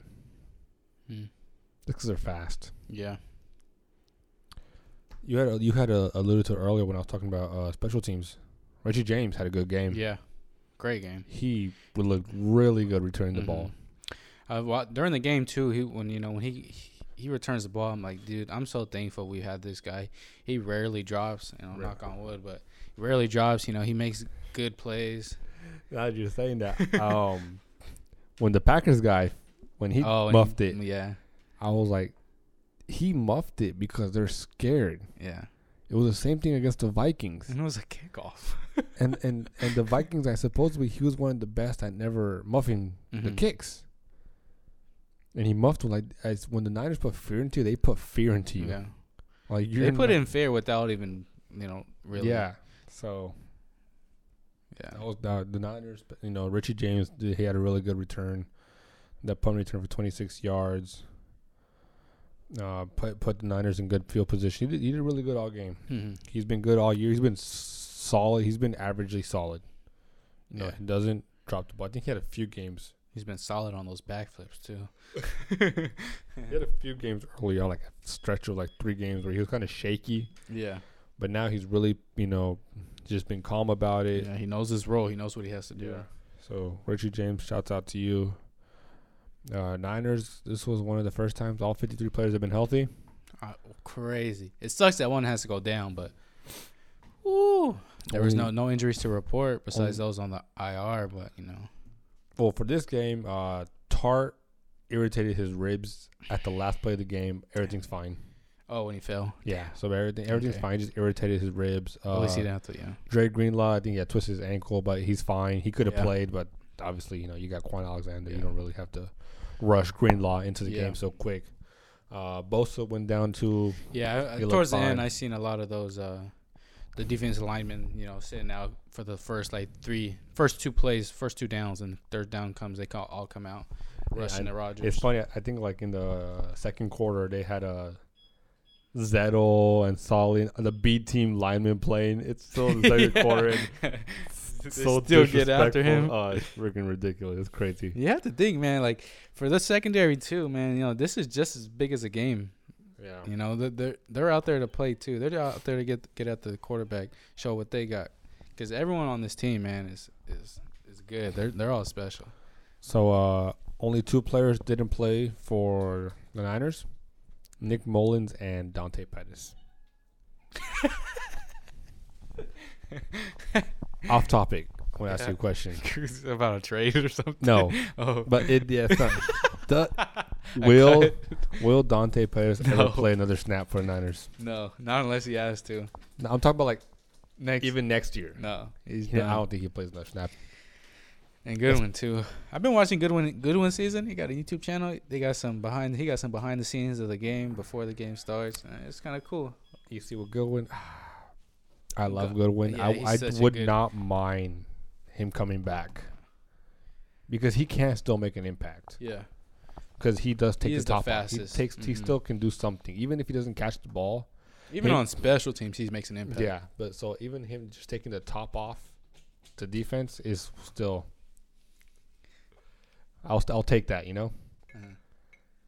Hmm.
Because they're fast.
Yeah.
You had you had uh, alluded to it earlier when I was talking about uh, special teams. Reggie James had a good game.
Yeah. Great game.
He would look really good returning the
Mhm.
ball.
Uh, well, during the game too, he when you know when he he returns the ball, I'm like, dude, I'm so thankful we had this guy. He rarely drops, you know,
Rare.
knock on wood, but rarely drops. You know, he makes good plays.
Now that you're saying that, um, when the Packers guy, when he
oh, and
muffed
he-
it,
Yeah,
I was like, he muffed it because they're scared.
yeah.
It was the same thing against the Vikings,
And it was a kickoff.
and and and the Vikings. I supposedly he was one of the best at never muffing the
Mhm.
kicks. And he muffed one like as when the Niners put fear into you, they put fear into you.
yeah,
Like you're
they put
not-
in fair without even you know really.
Yeah. So
yeah.
that was the, the Niners. But, you know, Richie James did- he had a really good return. That punt return for 26 yards. Uh, put put the Niners in good field position. He did, he did really good all game.
Mhm.
He's been good all year. He's been s- solid. He's been averagely solid. You know,
Yeah.
he doesn't drop the ball. I think he had a few games.
He's been solid on those backflips too.
He had a few games earlier, like a stretch of like three games where he was kind of shaky.
Yeah.
But now he's really, you know, just been calm about it.
yeah, he knows his role. He knows what he has to do.
Yeah. So Richie James, shouts out to you. Uh, Niners. This was one of the first times all 53 players have been healthy.
Uh, crazy. It sucks that one has to go down, but ooh, there was no no injuries to report besides those on the IR. But you know,
Well, for this game, uh, Tart irritated his ribs at the last play of the game. Everything's fine.
oh, when he fell,
Yeah. So everything, everything's
Okay.
fine. Just irritated his ribs. Uh,
at least he didn't have to. Yeah,
Dre Greenlaw, I think he had twisted his ankle, but he's fine. He could have
Yeah.
played, but obviously, you know, you got Quan Alexander. You
Yeah.
don't really have to rush Greenlaw into the
Yeah.
game so quick. Uh, Bosa went down to
yeah. I- I-
He looked
towards the
fine.
end, I seen a lot of those. uh the defensive linemen, you know, sitting out for the first like three, first two plays, first two downs, and third down comes. They call, all come out rushing
I-
at Rodgers.
It's funny. I think like in the second quarter they had a Zettel and Solly and the B team lineman playing. It's still the second quarter. And so
still get after
disrespectful.
him.
Oh, it's freaking ridiculous. It's crazy.
You have to think, man. Like for the secondary too, man. You know, this is just as big as a game.
Yeah.
You know, they're- they're they're out there to play too. They're out there to get get at the quarterback, show what they got. Because everyone on this team, man, is is is good. They're they're all special.
So uh, only two players didn't play for the Niners: Nick Mullins and Dante Pettis. Off topic. When I ask you a question.
about a trade or something.
No,
Oh,
but it yeah. It's not, Du- will Will Dante Pettis ever
No.
play another snap for the Niners?
no, not unless he has to.
No, I'm talking about like
Next,
even next year.
no, he's
Yeah, I
done.
don't think he plays another snap.
And Goodwin too. I've been watching Goodwin Goodwin season. He got a YouTube channel. They got some behind. He got some behind the scenes of the game before the game starts. And it's kind of cool.
You see what Goodwin? I love
Go-
Goodwin.
yeah, he's
I, I
such a
would
good-
not mind him coming back because he can still make an impact
Yeah.
because he does take
is
the
the
top off.
fastest.
He takes he
Mhm.
still can do something even if he doesn't catch the ball.
Even
Maybe-
on special teams, he makes an impact.
Yeah, but so even him just taking the top off the defense is still. I'll st- I'll take that, you know.
Mhm.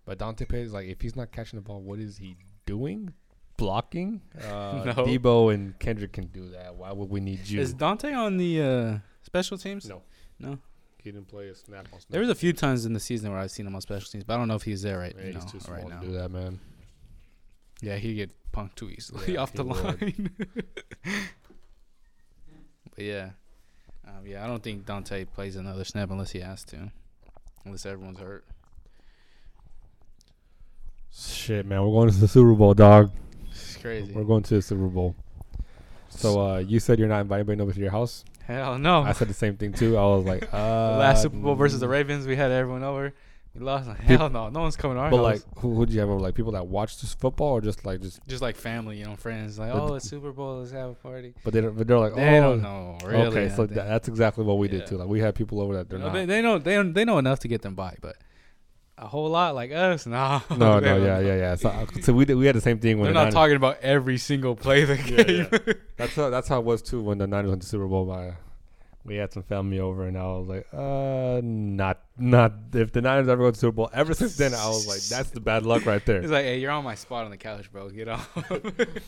But Dante Pettis, like, if he's not catching the ball, what is he doing? Blocking? Uh,
No.
Debo and Kendrick can do that. Why would we need you?
Is Dante on the uh, special teams?
No.
No.
He didn't play a snap on snap.
There was a few times in the season where I've seen him on special teams, but I don't know if he's there right,
Yeah,
you
he's
know,
too small
right
to
now.
do that, man.
Yeah, he'd get punked too easily
Yeah,
off the
he would.
line. but yeah. Um, yeah, I don't think Dante plays another snap unless he has to. Unless everyone's hurt.
Shit, man. We're going to the Super Bowl, dog.
It's crazy.
We're going to the Super Bowl. So uh, you said you're not inviting anybody over to your house.
Hell no.
I um, said the same thing too. I was like, uh,
The Oh. last Super Bowl versus the Ravens, we had everyone over. We lost. Hell no. No one's coming to our
But
house.
like, who would you have over? Like people that watch this football, or just like just,
just like family, you know, friends. Like,
But-
oh, it's Super Bowl. Let's have a party.
but they don't, but they're like,
They
oh,
don't know. Really.
okay.
I
So
think.
tha- that's exactly what we
Yeah.
did too. Like we had people over that they're
No,
not.
they, they know they they know enough to get them by, but a whole lot like us, nah.
no,
They
no,
don't
yeah,
know.
yeah, yeah. So, uh, so we did, we had the same thing when
They're
the
not
Niners-
talking about every single play of the game.
yeah. That's how that's how it was too when the Niners went to Super Bowl. By we had some family over, and I was like, uh, not not if the Niners ever go to Super Bowl. Ever since then, I was like, that's the bad luck right there.
It's like, hey, you're on my spot on the couch, bro. Get off.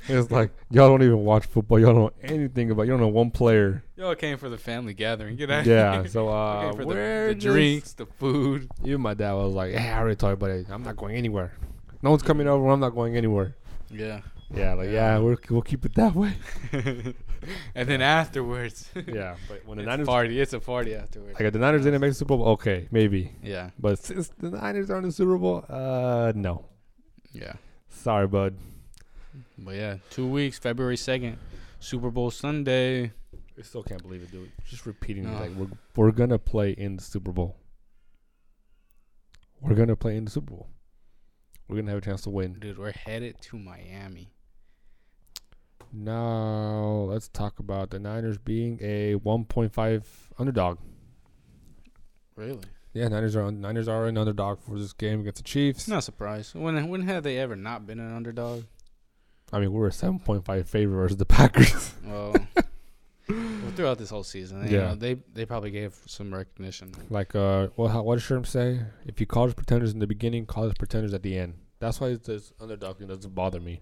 It's like y'all don't even watch football. Y'all don't know anything about. You don't know one player.
Y'all came for the family gathering. Get out.
Yeah.
here.
So uh,
Came for the,
we're
the
just-
drinks, the food.
Even my dad was like, "Yeah, I already told everybody I'm not going anywhere. No one's coming over. I'm not going anywhere."
Yeah.
Yeah, like yeah, we're, we'll keep it that way.
and then afterwards,
yeah, but when the
it's
Niners,
party. It's a party afterwards.
like if the Niners didn't make the Super Bowl, okay, maybe.
yeah.
But since the Niners are in the Super Bowl, uh, no,
Yeah.
sorry, bud.
But yeah, two weeks, February second, Super Bowl Sunday.
I still can't believe it, dude. Just repeating
No.
it, like we're we're gonna play in the Super Bowl. We're gonna play in the Super Bowl. We're gonna have a chance to win.
Dude, we're headed to Miami.
Now let's talk about the Niners being a 1.5 underdog.
Really?
Yeah, Niners are Niners are an underdog for this game against the Chiefs.
It's not a surprise. When when have they ever not been an underdog?
I mean, we were a 7.5 favorite versus the Packers.
Well, well throughout this whole season, you
Yeah.
know, they they probably gave some recognition.
like, uh, well, how, what does Sherm say? If you call us pretenders in the beginning, call us pretenders at the end. That's why this underdog thing doesn't bother me.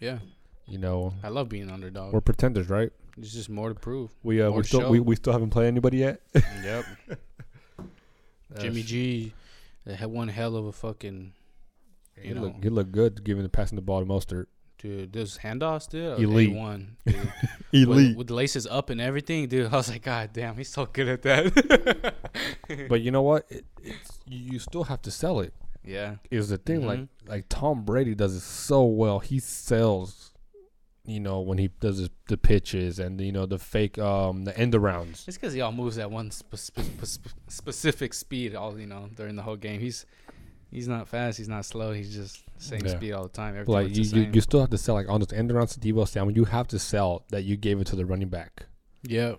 Yeah,
You know,
I love being an underdog.
we're pretenders, right?
There's just more to prove.
We uh,
Or
we still
show.
we, we still haven't played anybody yet.
yep. Jimmy G, they had one hell of a fucking
he
you
look
know.
he looked good giving the passing the ball to Mostert.
dude. Those handoffs, dude.
Elite.
one. With, with laces up and everything, dude. I was like, God damn, he's so good at that.
but you know what? It, it's you still have to sell it.
yeah.
is the thing like
Mm-hmm.
like Tom Brady does it so well. He sells, you know, when he does his, the pitches and you know the fake um the end arounds.
It's because he all moves at one spe- spe- spe- specific speed. All you know during the whole game. He's he's not fast. He's not slow. He's just same
Yeah.
speed all the time. Everything
Like
looks
you,
the
you,
same.
you still have to sell like on those end arounds to Debo Samuel. You have to sell that you gave it to the running back.
yeah.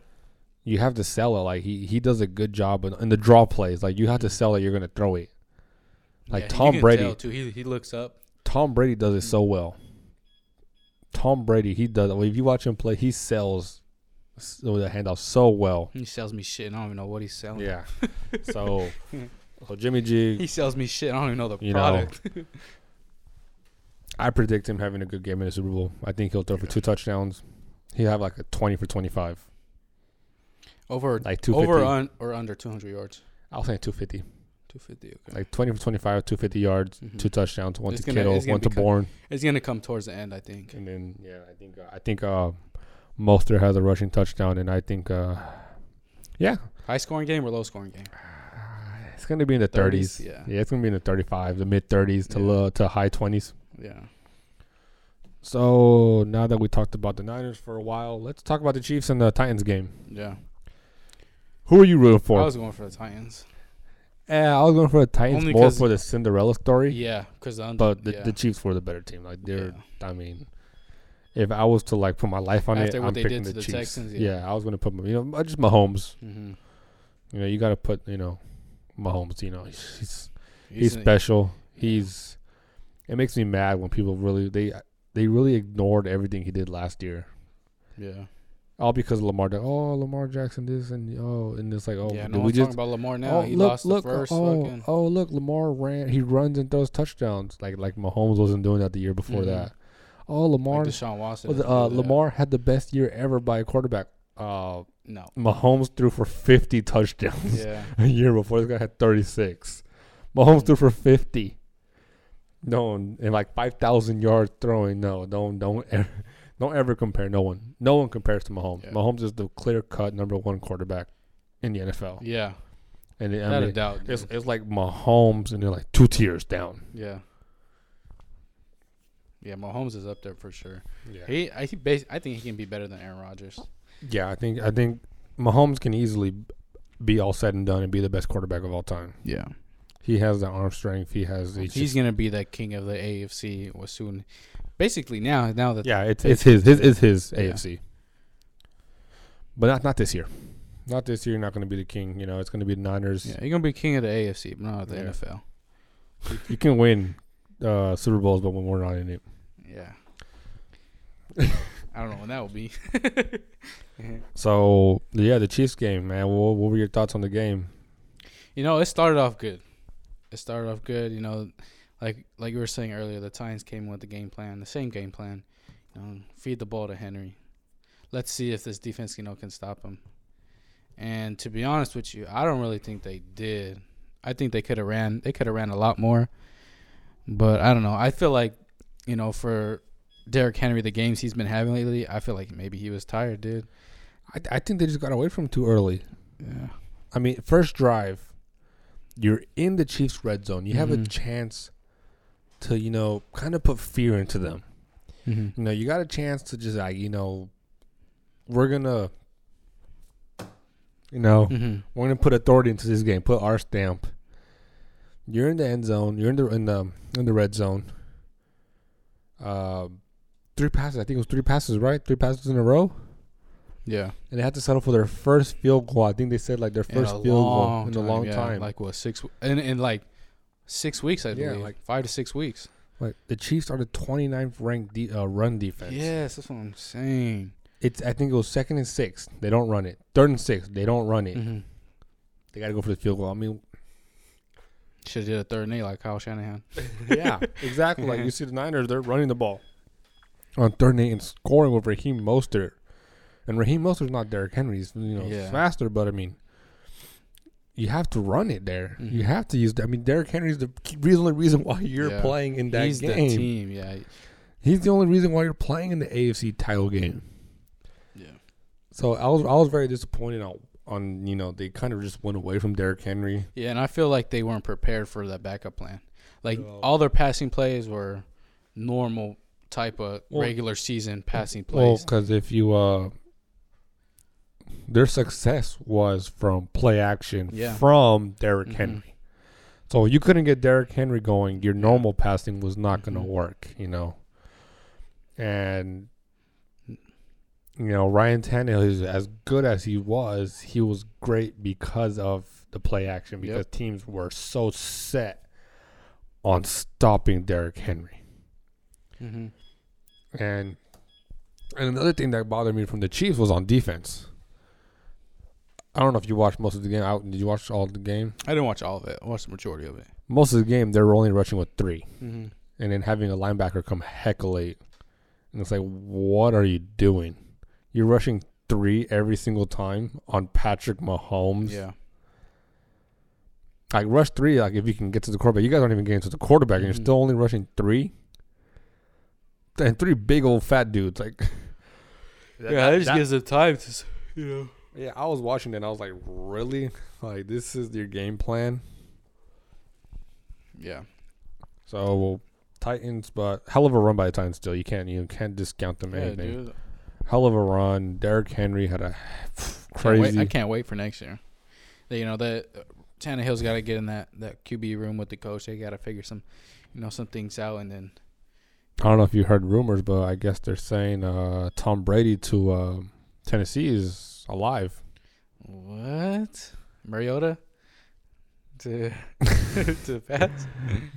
You have to sell it. Like he he does a good job in, in the draw plays. Like you have to sell that you're gonna throw it. Like
Yeah, you
Tom
can
Brady,
tell, too. Mm-hmm. He he looks up.
Tom Brady does it so well. Tom Brady, he does. If you watch him play, he sells s- the handoff so well.
He sells me shit. and I don't even know what he's selling.
Yeah. so, so Jimmy G,
He sells me shit. I don't even know the
You know.
product.
I predict him having a good game in the Super Bowl. I think he'll throw for two touchdowns. He'll have like a twenty for twenty-five,
over
like two fifty.
over or, un, or under 200 yards.
I'll say two fifty,
250. Okay.
like twenty for twenty-five, two fifty yards,
Mhm.
two touchdowns, one
It's
to
gonna-
Kittle,
it's gonna
one to
be cut-
Bourne,
it's gonna come towards the end, I think.
and then yeah, I think uh, I think uh, Mostert has a rushing touchdown, and I think uh, yeah,
High scoring game or low scoring game?
it's gonna be in the
30s,
thirties.
yeah.
yeah, it's gonna be in the thirty-five, the mid thirties to
Yeah.
low, to high twenties.
Yeah.
So now that we talked about the Niners for a while, let's talk about the Chiefs and the Titans game.
Yeah.
Who are you rooting for?
I was going for the Titans.
Yeah, I was going for the Titans
Only
more
'cause-
for the Cinderella story,
Yeah, because the under.
but the,
yeah.
the Chiefs were the better team. Like they're, I mean, if I was to like put my life on
After
it,
what
I'm
they
picking
did
the,
to the
Chiefs.
Texans,
yeah.
yeah.
I was going to put my, you know, uh, just Mahomes.
Mhm.
You know, you got to put, you know, Mahomes. You know, he's he's, he's
an-
special. He's. It makes me mad when people really they they really ignored everything he did last year.
Yeah.
All because of Lamar. Jack- Oh, Lamar Jackson, this and oh, and it's like, oh,
yeah,
did
no
we
one's
just
talking about Lamar now. he lost the first
oh,
fucking.
oh, look, Lamar ran. He runs and throws touchdowns like like Mahomes wasn't doing that the year before
Mhm.
that. Oh, Lamar,
like Deshaun Watson.
oh, the-
didn't
uh,
do that.
Lamar had the best year ever by a quarterback. uh,
No.
Mahomes threw for 50 touchdowns
Yeah.
a year before. This guy had 36. Mahomes threw for 50. No, and and like 5,000 yard throwing. No, don't don't ever, don't ever compare. No one, no one compares to Mahomes.
Yeah.
Mahomes is the clear cut number one quarterback in the NFL.
Yeah.
And it, I
Without
mean,
a doubt.
it's
dude.
it's like Mahomes, and they're like two tiers down.
yeah. Yeah, Mahomes is up there for sure.
Yeah.
He, I, he bas- I think he can be better than Aaron Rodgers.
Yeah, I think I think Mahomes can easily be all said and done and be the best quarterback of all time.
Yeah.
He has the arm strength. He has. He's,
He's,
just-
gonna be the king of the AFC was soon. Basically now now that
yeah, it's it's his his it's his
Yeah.
AFC. But not not this year. Not this year. You're not going to be the king. You know, it's going to be the Niners.
yeah, you're gonna be king of the AFC, but not the
Yeah.
NFL.
You can win uh, Super Bowls, but when we're not in it,
Yeah. I don't know when that will be.
so yeah, the Chiefs game, man. What, what were your thoughts on the game?
You know, it started off good. It started off good. You know, like like you were saying earlier, the Titans came with the game plan, the same game plan. You know, feed the ball to Henry. Let's see if this defense, you know, can stop him. And to be honest with you, I don't really think they did. I think they could have ran. They could have ran a lot more. But I don't know. I feel like, you know, for Derrick Henry, the games he's been having lately, I feel like maybe he was tired, dude.
I, I think they just got away from him too early.
Yeah.
I mean, first drive, you're in the Chiefs' red zone. You have a
Mhm.
chance to, you know, kind of put fear into them.
hmm
You know, you got a chance to just like, you know, we're gonna, you know,
hmm
we're gonna put authority into this game. Put our stamp. You're in the end zone. You're in the in the in the red zone. Uh, three passes. I think it was three passes, right? Three passes in a row
Yeah.
and they had to settle for their first field goal. I think they said like their
In
first
a
field goal
long
in a long
yeah,
time. Like,
Like what six in in like six weeks? I
Yeah,
believe
like-
like five to six weeks.
the Chiefs are the 29th ranked de- uh, run defense.
Yes, that's what I'm saying.
It's I think it was second and six. They don't run it. Third and six. They don't run it.
Mm-hmm.
They got to go for the field goal. I mean,
Should have did a third and eight like Kyle Shanahan.
yeah, exactly. Like you see the Niners, they're running the ball on third and eight and scoring with Raheem Mostert. And Raheem Mostert's not Derrick Henry's, you know,
Yeah.
faster, but I mean, you have to run it there. You
Mhm.
have to use. I mean, Derrick Henry's the key- the only reason why you're
Yeah.
playing in that
He's
game.
the team. Yeah,
He's the only reason why you're playing in the AFC title game.
yeah.
So I was I was very disappointed on on you know they kind of just went away from Derrick Henry.
Yeah, and I feel like they weren't prepared for that backup plan. Like
No.
all their passing plays were normal type of
Well-
regular season passing
Well,
plays.
because if you uh, their success was from play action
Yeah.
from Derrick
Mhm.
Henry. So you couldn't get Derrick Henry going. Your normal passing was not going to
Mhm.
work. You know, and you know Ryan Tannehill is as good as he was. He was great because of the play action
Yep.
because teams were so set on stopping Derrick Henry.
mm-hmm.
And and another thing that bothered me from the Chiefs was on defense. I don't know if you watched most of the game. Out did you watch all the game?
I didn't watch all of it. I watched the majority of it.
Most of the game they were only rushing with three,
Mm-hmm.
and then having a linebacker come heckle eight, and it's like, what are you doing? You're rushing three every single time on Patrick Mahomes.
Yeah,
Like rush three, like if you can get to the quarterback, you guys aren't even getting to the quarterback, and
Mhm.
you're still only rushing three. And three big old fat dudes, like that-
gives them time to, you know.
Yeah, I was watching it and I was like, really? Like, this is your game plan?
Yeah.
So, Titans, but hell of a run by the Titans still. You can't you can't discount them
Yeah,
anything.
dude.
Hell of a run. Derrick Henry had a
Can't wait-
crazy.
I can't wait for next year. They- You know that uh, Tannehill's got to get in that that QB room with the coach. They got to figure some, you know, some things out, and then
I don't know if you heard rumors, but I guess they're saying uh, Tom Brady to uh, Tennessee is alive.
what Mariota to to pass.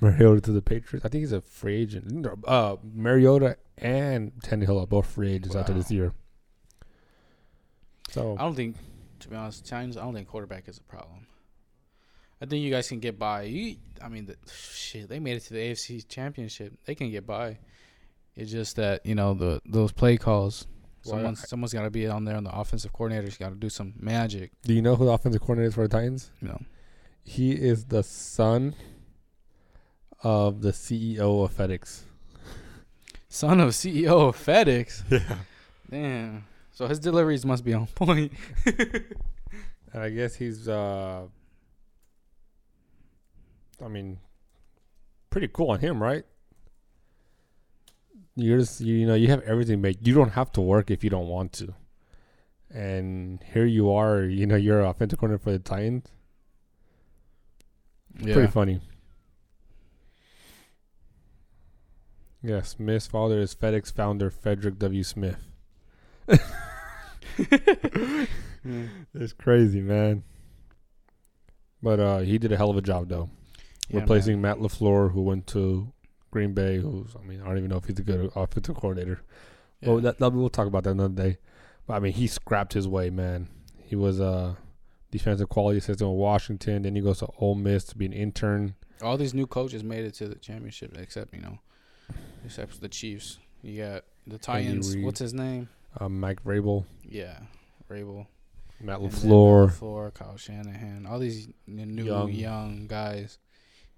Mariota to the Patriots. I think he's a free agent. Uh, Mariota and Tannehill are both free agents after
Wow.
this year. So
I don't think, to be honest, Titans. I don't think quarterback is a problem. I think you guys can get by. You, I mean, the, shit, they made it to the AFC Championship. They can get by. It's just that you know the those play calls
Well,
Someone's someone's got to be on there, and the offensive coordinator's got to do some magic.
Do you know who the offensive coordinator is for the Titans?
You know,
He is the son of the CEO of FedEx.
son of CEO of FedEx. Yeah. Damn. So his deliveries must be on point.
And I guess he's, uh, I mean, pretty cool on him, right? You're just, you, you know, you have everything made. You don't have to work if you don't want to. And here you are, you know, you're an offensive coordinator for the Titans.
Yeah.
Pretty funny. Yeah, Smith's father is FedEx founder Frederick W. Smith.
Yeah.
It's crazy, man. But uh, he did a hell of a job, though.
Yeah,
replacing Matt LaFleur, who went to Green Bay, who's, I mean, I don't even know if he's a good offensive coordinator.
man.
Well, that, that- we'll talk about that another day. But I mean, he scrapped his way, man. He was a defensive quality assistant in Washington. Then he goes to Ole Miss to be an intern.
All these new coaches made it to the championship, except you know, except for the Chiefs. You got the Titans.
Reid.
What's his name?
Uh, Mike Vrabel,
Yeah, Rabel.
Matt
and then
LaFleur.
Lafleur, Kyle Shanahan. All these n- new
Young.
young. guys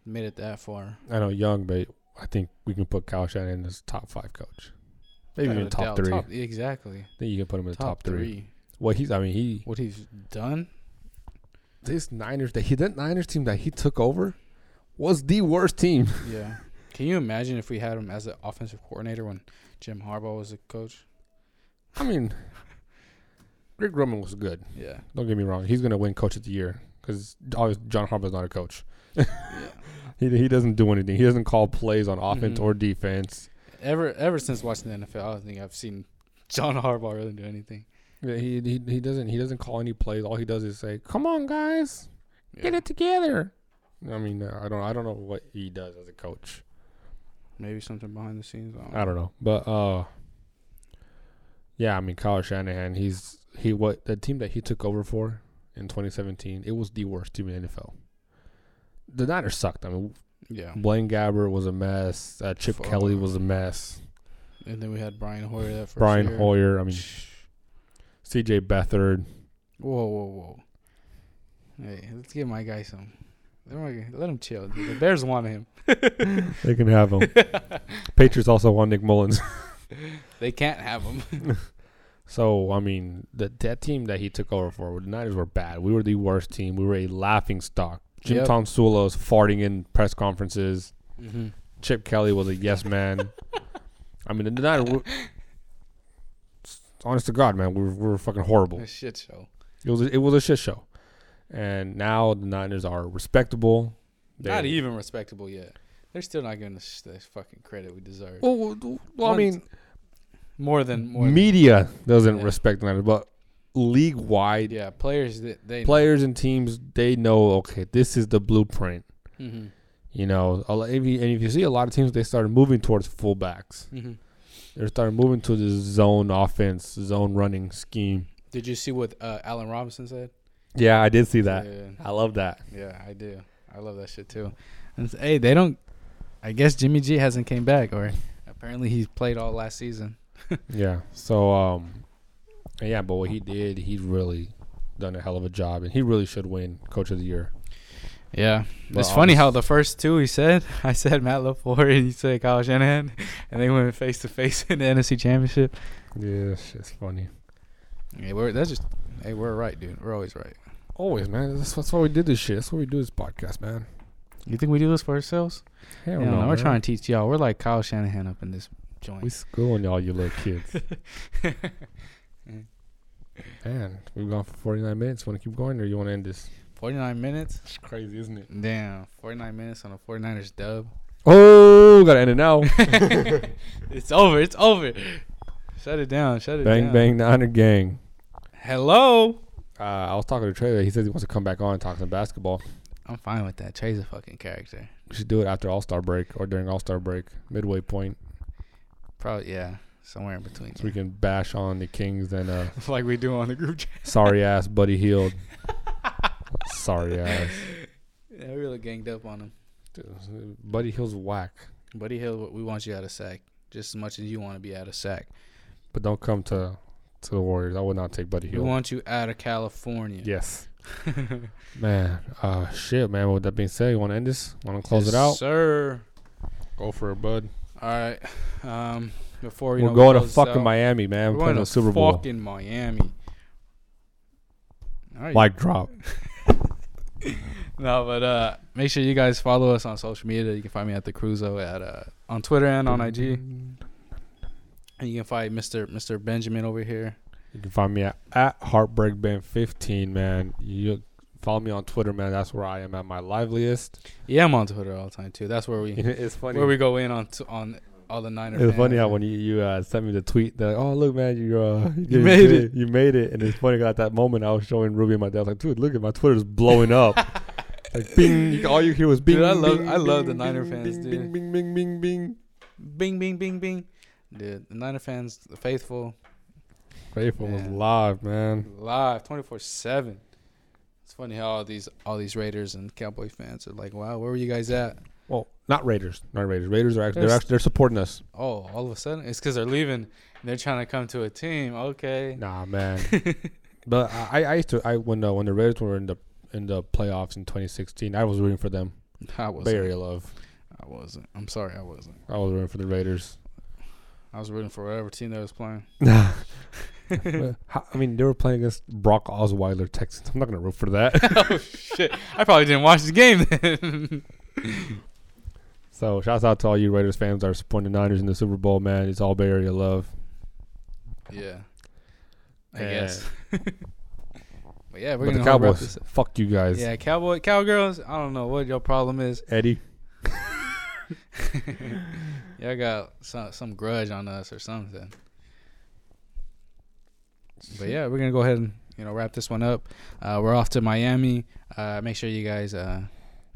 made it that far.
I know young, but I think we can put Kyle Shannon as top five coach. Maybe
Without
even
a
top
doubt.
three.
Top, exactly.
I think you can put him in the
top, three.
Well, he's. I mean, he
What he's done.
this Niners that he that Niners team that he took over was the worst team.
Yeah. Can you imagine if we had him as an offensive coordinator when Jim Harbaugh was the coach?
I mean, Greg Roman was good.
Yeah.
Don't get me wrong. He's gonna win Coach of the Year because John Harbaugh's not a coach.
Yeah.
He he doesn't do anything. He doesn't call plays on offense
Mhm.
or defense.
Ever ever since watching the NFL, I don't think I've seen John Harbaugh really do anything.
Yeah, He, he he doesn't he doesn't call any plays. All he does is say, "Come on, guys,
Yeah.
get it together." I mean, uh, I don't I don't know what he does as a coach.
Maybe something behind the scenes. I don't know.
I don't know, but uh, yeah, I mean Kyle Shanahan, he's he what the team that he took over for in 2017, it was the worst team in the NFL. The Niners sucked. I mean,
Yeah.
Blaine Gabbert was a mess. Uh, Chip
Fuck.
Kelly was a mess.
And then we had Brian Hoyer that first
Brian
year.
Hoyer. I mean, C.J. Beathard.
Whoa, whoa, whoa. Hey, let's give my guy some. Let him, let him chill. dude. The Bears want him.
They can have him. Patriots also want Nick Mullins.
They can't have him.
So I mean, that that team that he took over for, the Niners were bad. We were the worst team. We were a laughing stock. Jim
Yep.
Tom Sulos farting in press conferences. Mm-hmm. Chip Kelly was a yes man. I mean, the Niners. were- honest to God, man, we were, we were fucking horrible.
A shit show.
It was a, it was a shit show, and now the Niners are respectable. They-
Not even respectable yet. They're still not giving us the fucking credit we deserve.
Well, well, well, I mean,
More than more. than,
media doesn't
Yeah.
respect the Niners, but league wide,
yeah, players that they
players and teams they know. Okay, this is the blueprint.
hmm
You know, a lo- if you, and if you see a lot of teams, they started moving towards fullbacks.
hmm
They started moving to this zone offense, zone running scheme.
Did you see what uh, Allen Robinson said?
Yeah, I did see that.
Yeah.
I love that.
Yeah, I do. I love that shit too. And it's- hey, they don't. I guess Jimmy G hasn't came back, or apparently he's played all last season.
Yeah. So, um, yeah, but what he did, he's really done a hell of a job, and he really should win Coach of the Year.
Yeah,
But
it's funny how
obvious-
the first two he said, I said Matt Lafleur and he said Kyle Shanahan, and they went face to face in the NFC Championship.
Yeah, it's funny.
Hey, we're that's just hey, we're right, dude. We're always right.
Always, man. That's, that's why we did this shit. That's why we do this podcast, man.
You think we do this for ourselves?
Hell
Hell no, we're
man.
trying to teach y'all. We're like Kyle Shanahan up in this
We
joint.
schooling y'all, you little kids. man, we've gone for 49 minutes. Want to keep going, or you want to end this?
Forty nine minutes.
It's crazy, isn't it?
Damn, forty nine minutes on a 49ers dub.
Oh, gotta end it now.
It's over. It's over. Shut it down. Shut it
bang,
down.
bang, Niner gang.
Hello.
Uh, I was talking to Trey. He says he wants to come back on and talk some basketball.
I'm fine with that. Trey's a fucking character.
We should do it after All Star break or during All Star break, midway point,
Probably yeah, somewhere in between.
so we can bash on the Kings and uh,
like we do on the group chat.
sorry ass Buddy Healed. sorry ass.
Yeah, we really ganged up on him.
Dude, Buddy Healed's whack.
Buddy Hill, we want you out of sack just as much as you want to be out of sack.
But don't come to to the Warriors. I would not take Buddy
We
Hill.
want you out of California.
Yes. man, uh, shit, man. With that being said, you want to end this? Want to close it out?
sir.
Go for it, bud.
All right. Um, before
We're
you know, we
going to
close this
fucking
out,
Miami, man.
We're
We're playing
going
the
to
Super Bowl.
fucking Miami. All right.
Mic drop.
No, but uh, make sure you guys follow us on social media. You can find me at the Cruzo at uh, on Twitter and on IG, and you can find Mister Mister Benjamin over here.
You can find me at, at Heartbreak Band 15, man. You follow me on Twitter, man. That's where I am at my liveliest.
Yeah, I'm on Twitter all the time too. That's where we
it's funny.
where we go in on t- on all the Niners.
It was funny how when you, you uh, sent me the tweet, they're like, "Oh look, man, you uh, you, did-
made
did
it."
you made it." And it's funny 'cause at that moment I was showing Ruby and my dad, like, "Dude, look at my Twitter's blowing up." like, bing! you- All you hear was bing.
Dude, I love-
bing,
I love the
bing,
Niner
bing,
fans,
bing,
dude.
Bing, bing, bing, bing, bing.
Bing, bing, bing, bing. Dude, the Niner fans, the faithful,
Faithful was
Yeah.
live, man.
live, twenty four seven. It's funny how all these all these Raiders and Cowboy fans are like, "Wow, where were you guys at?"
Well, not Raiders, not Raiders. Raiders are actually they're
There's-
actually they're supporting us.
Oh, all of a sudden, it's because they're leaving. And they're trying to come to a team. Okay.
Nah, man. but I, I used to I when the when the Raiders were in the in the playoffs in 2016, I was rooting for them.
I wasn't.
Bay Area love.
I wasn't. I'm sorry, I wasn't.
I was rooting for the Raiders.
I was rooting for whatever team that was playing.
Nah. Well, how- I mean, they were playing against Brock Osweiler, Texans. I'm not gonna root for that.
oh shit! I probably didn't watch the game then.
so, shouts out to all you Raiders fans that are supporting the Niners in the Super Bowl, man. It's all Bay Area love.
yeah. I
Yeah.
guess. but yeah,
but
we're gonna
the
wrap
Cowboys,
this up.
fuck you guys,
Yeah, cowboy, cowgirls. I don't know what your problem is.
Eddie.
Y'all got some some grudge on us or something. But yeah, we're gonna go ahead and you know wrap this one up. Uh, we're off to Miami. Uh, make sure you guys uh,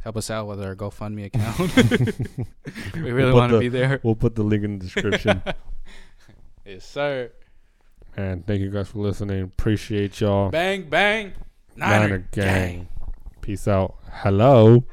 help us out with our GoFundMe account. we really
put
want to
the-
be there.
We'll put the link in the description.
Yes, sir.
and thank you guys for listening. Appreciate y'all.
Bang bang.
Niner gang. Peace out. Hello.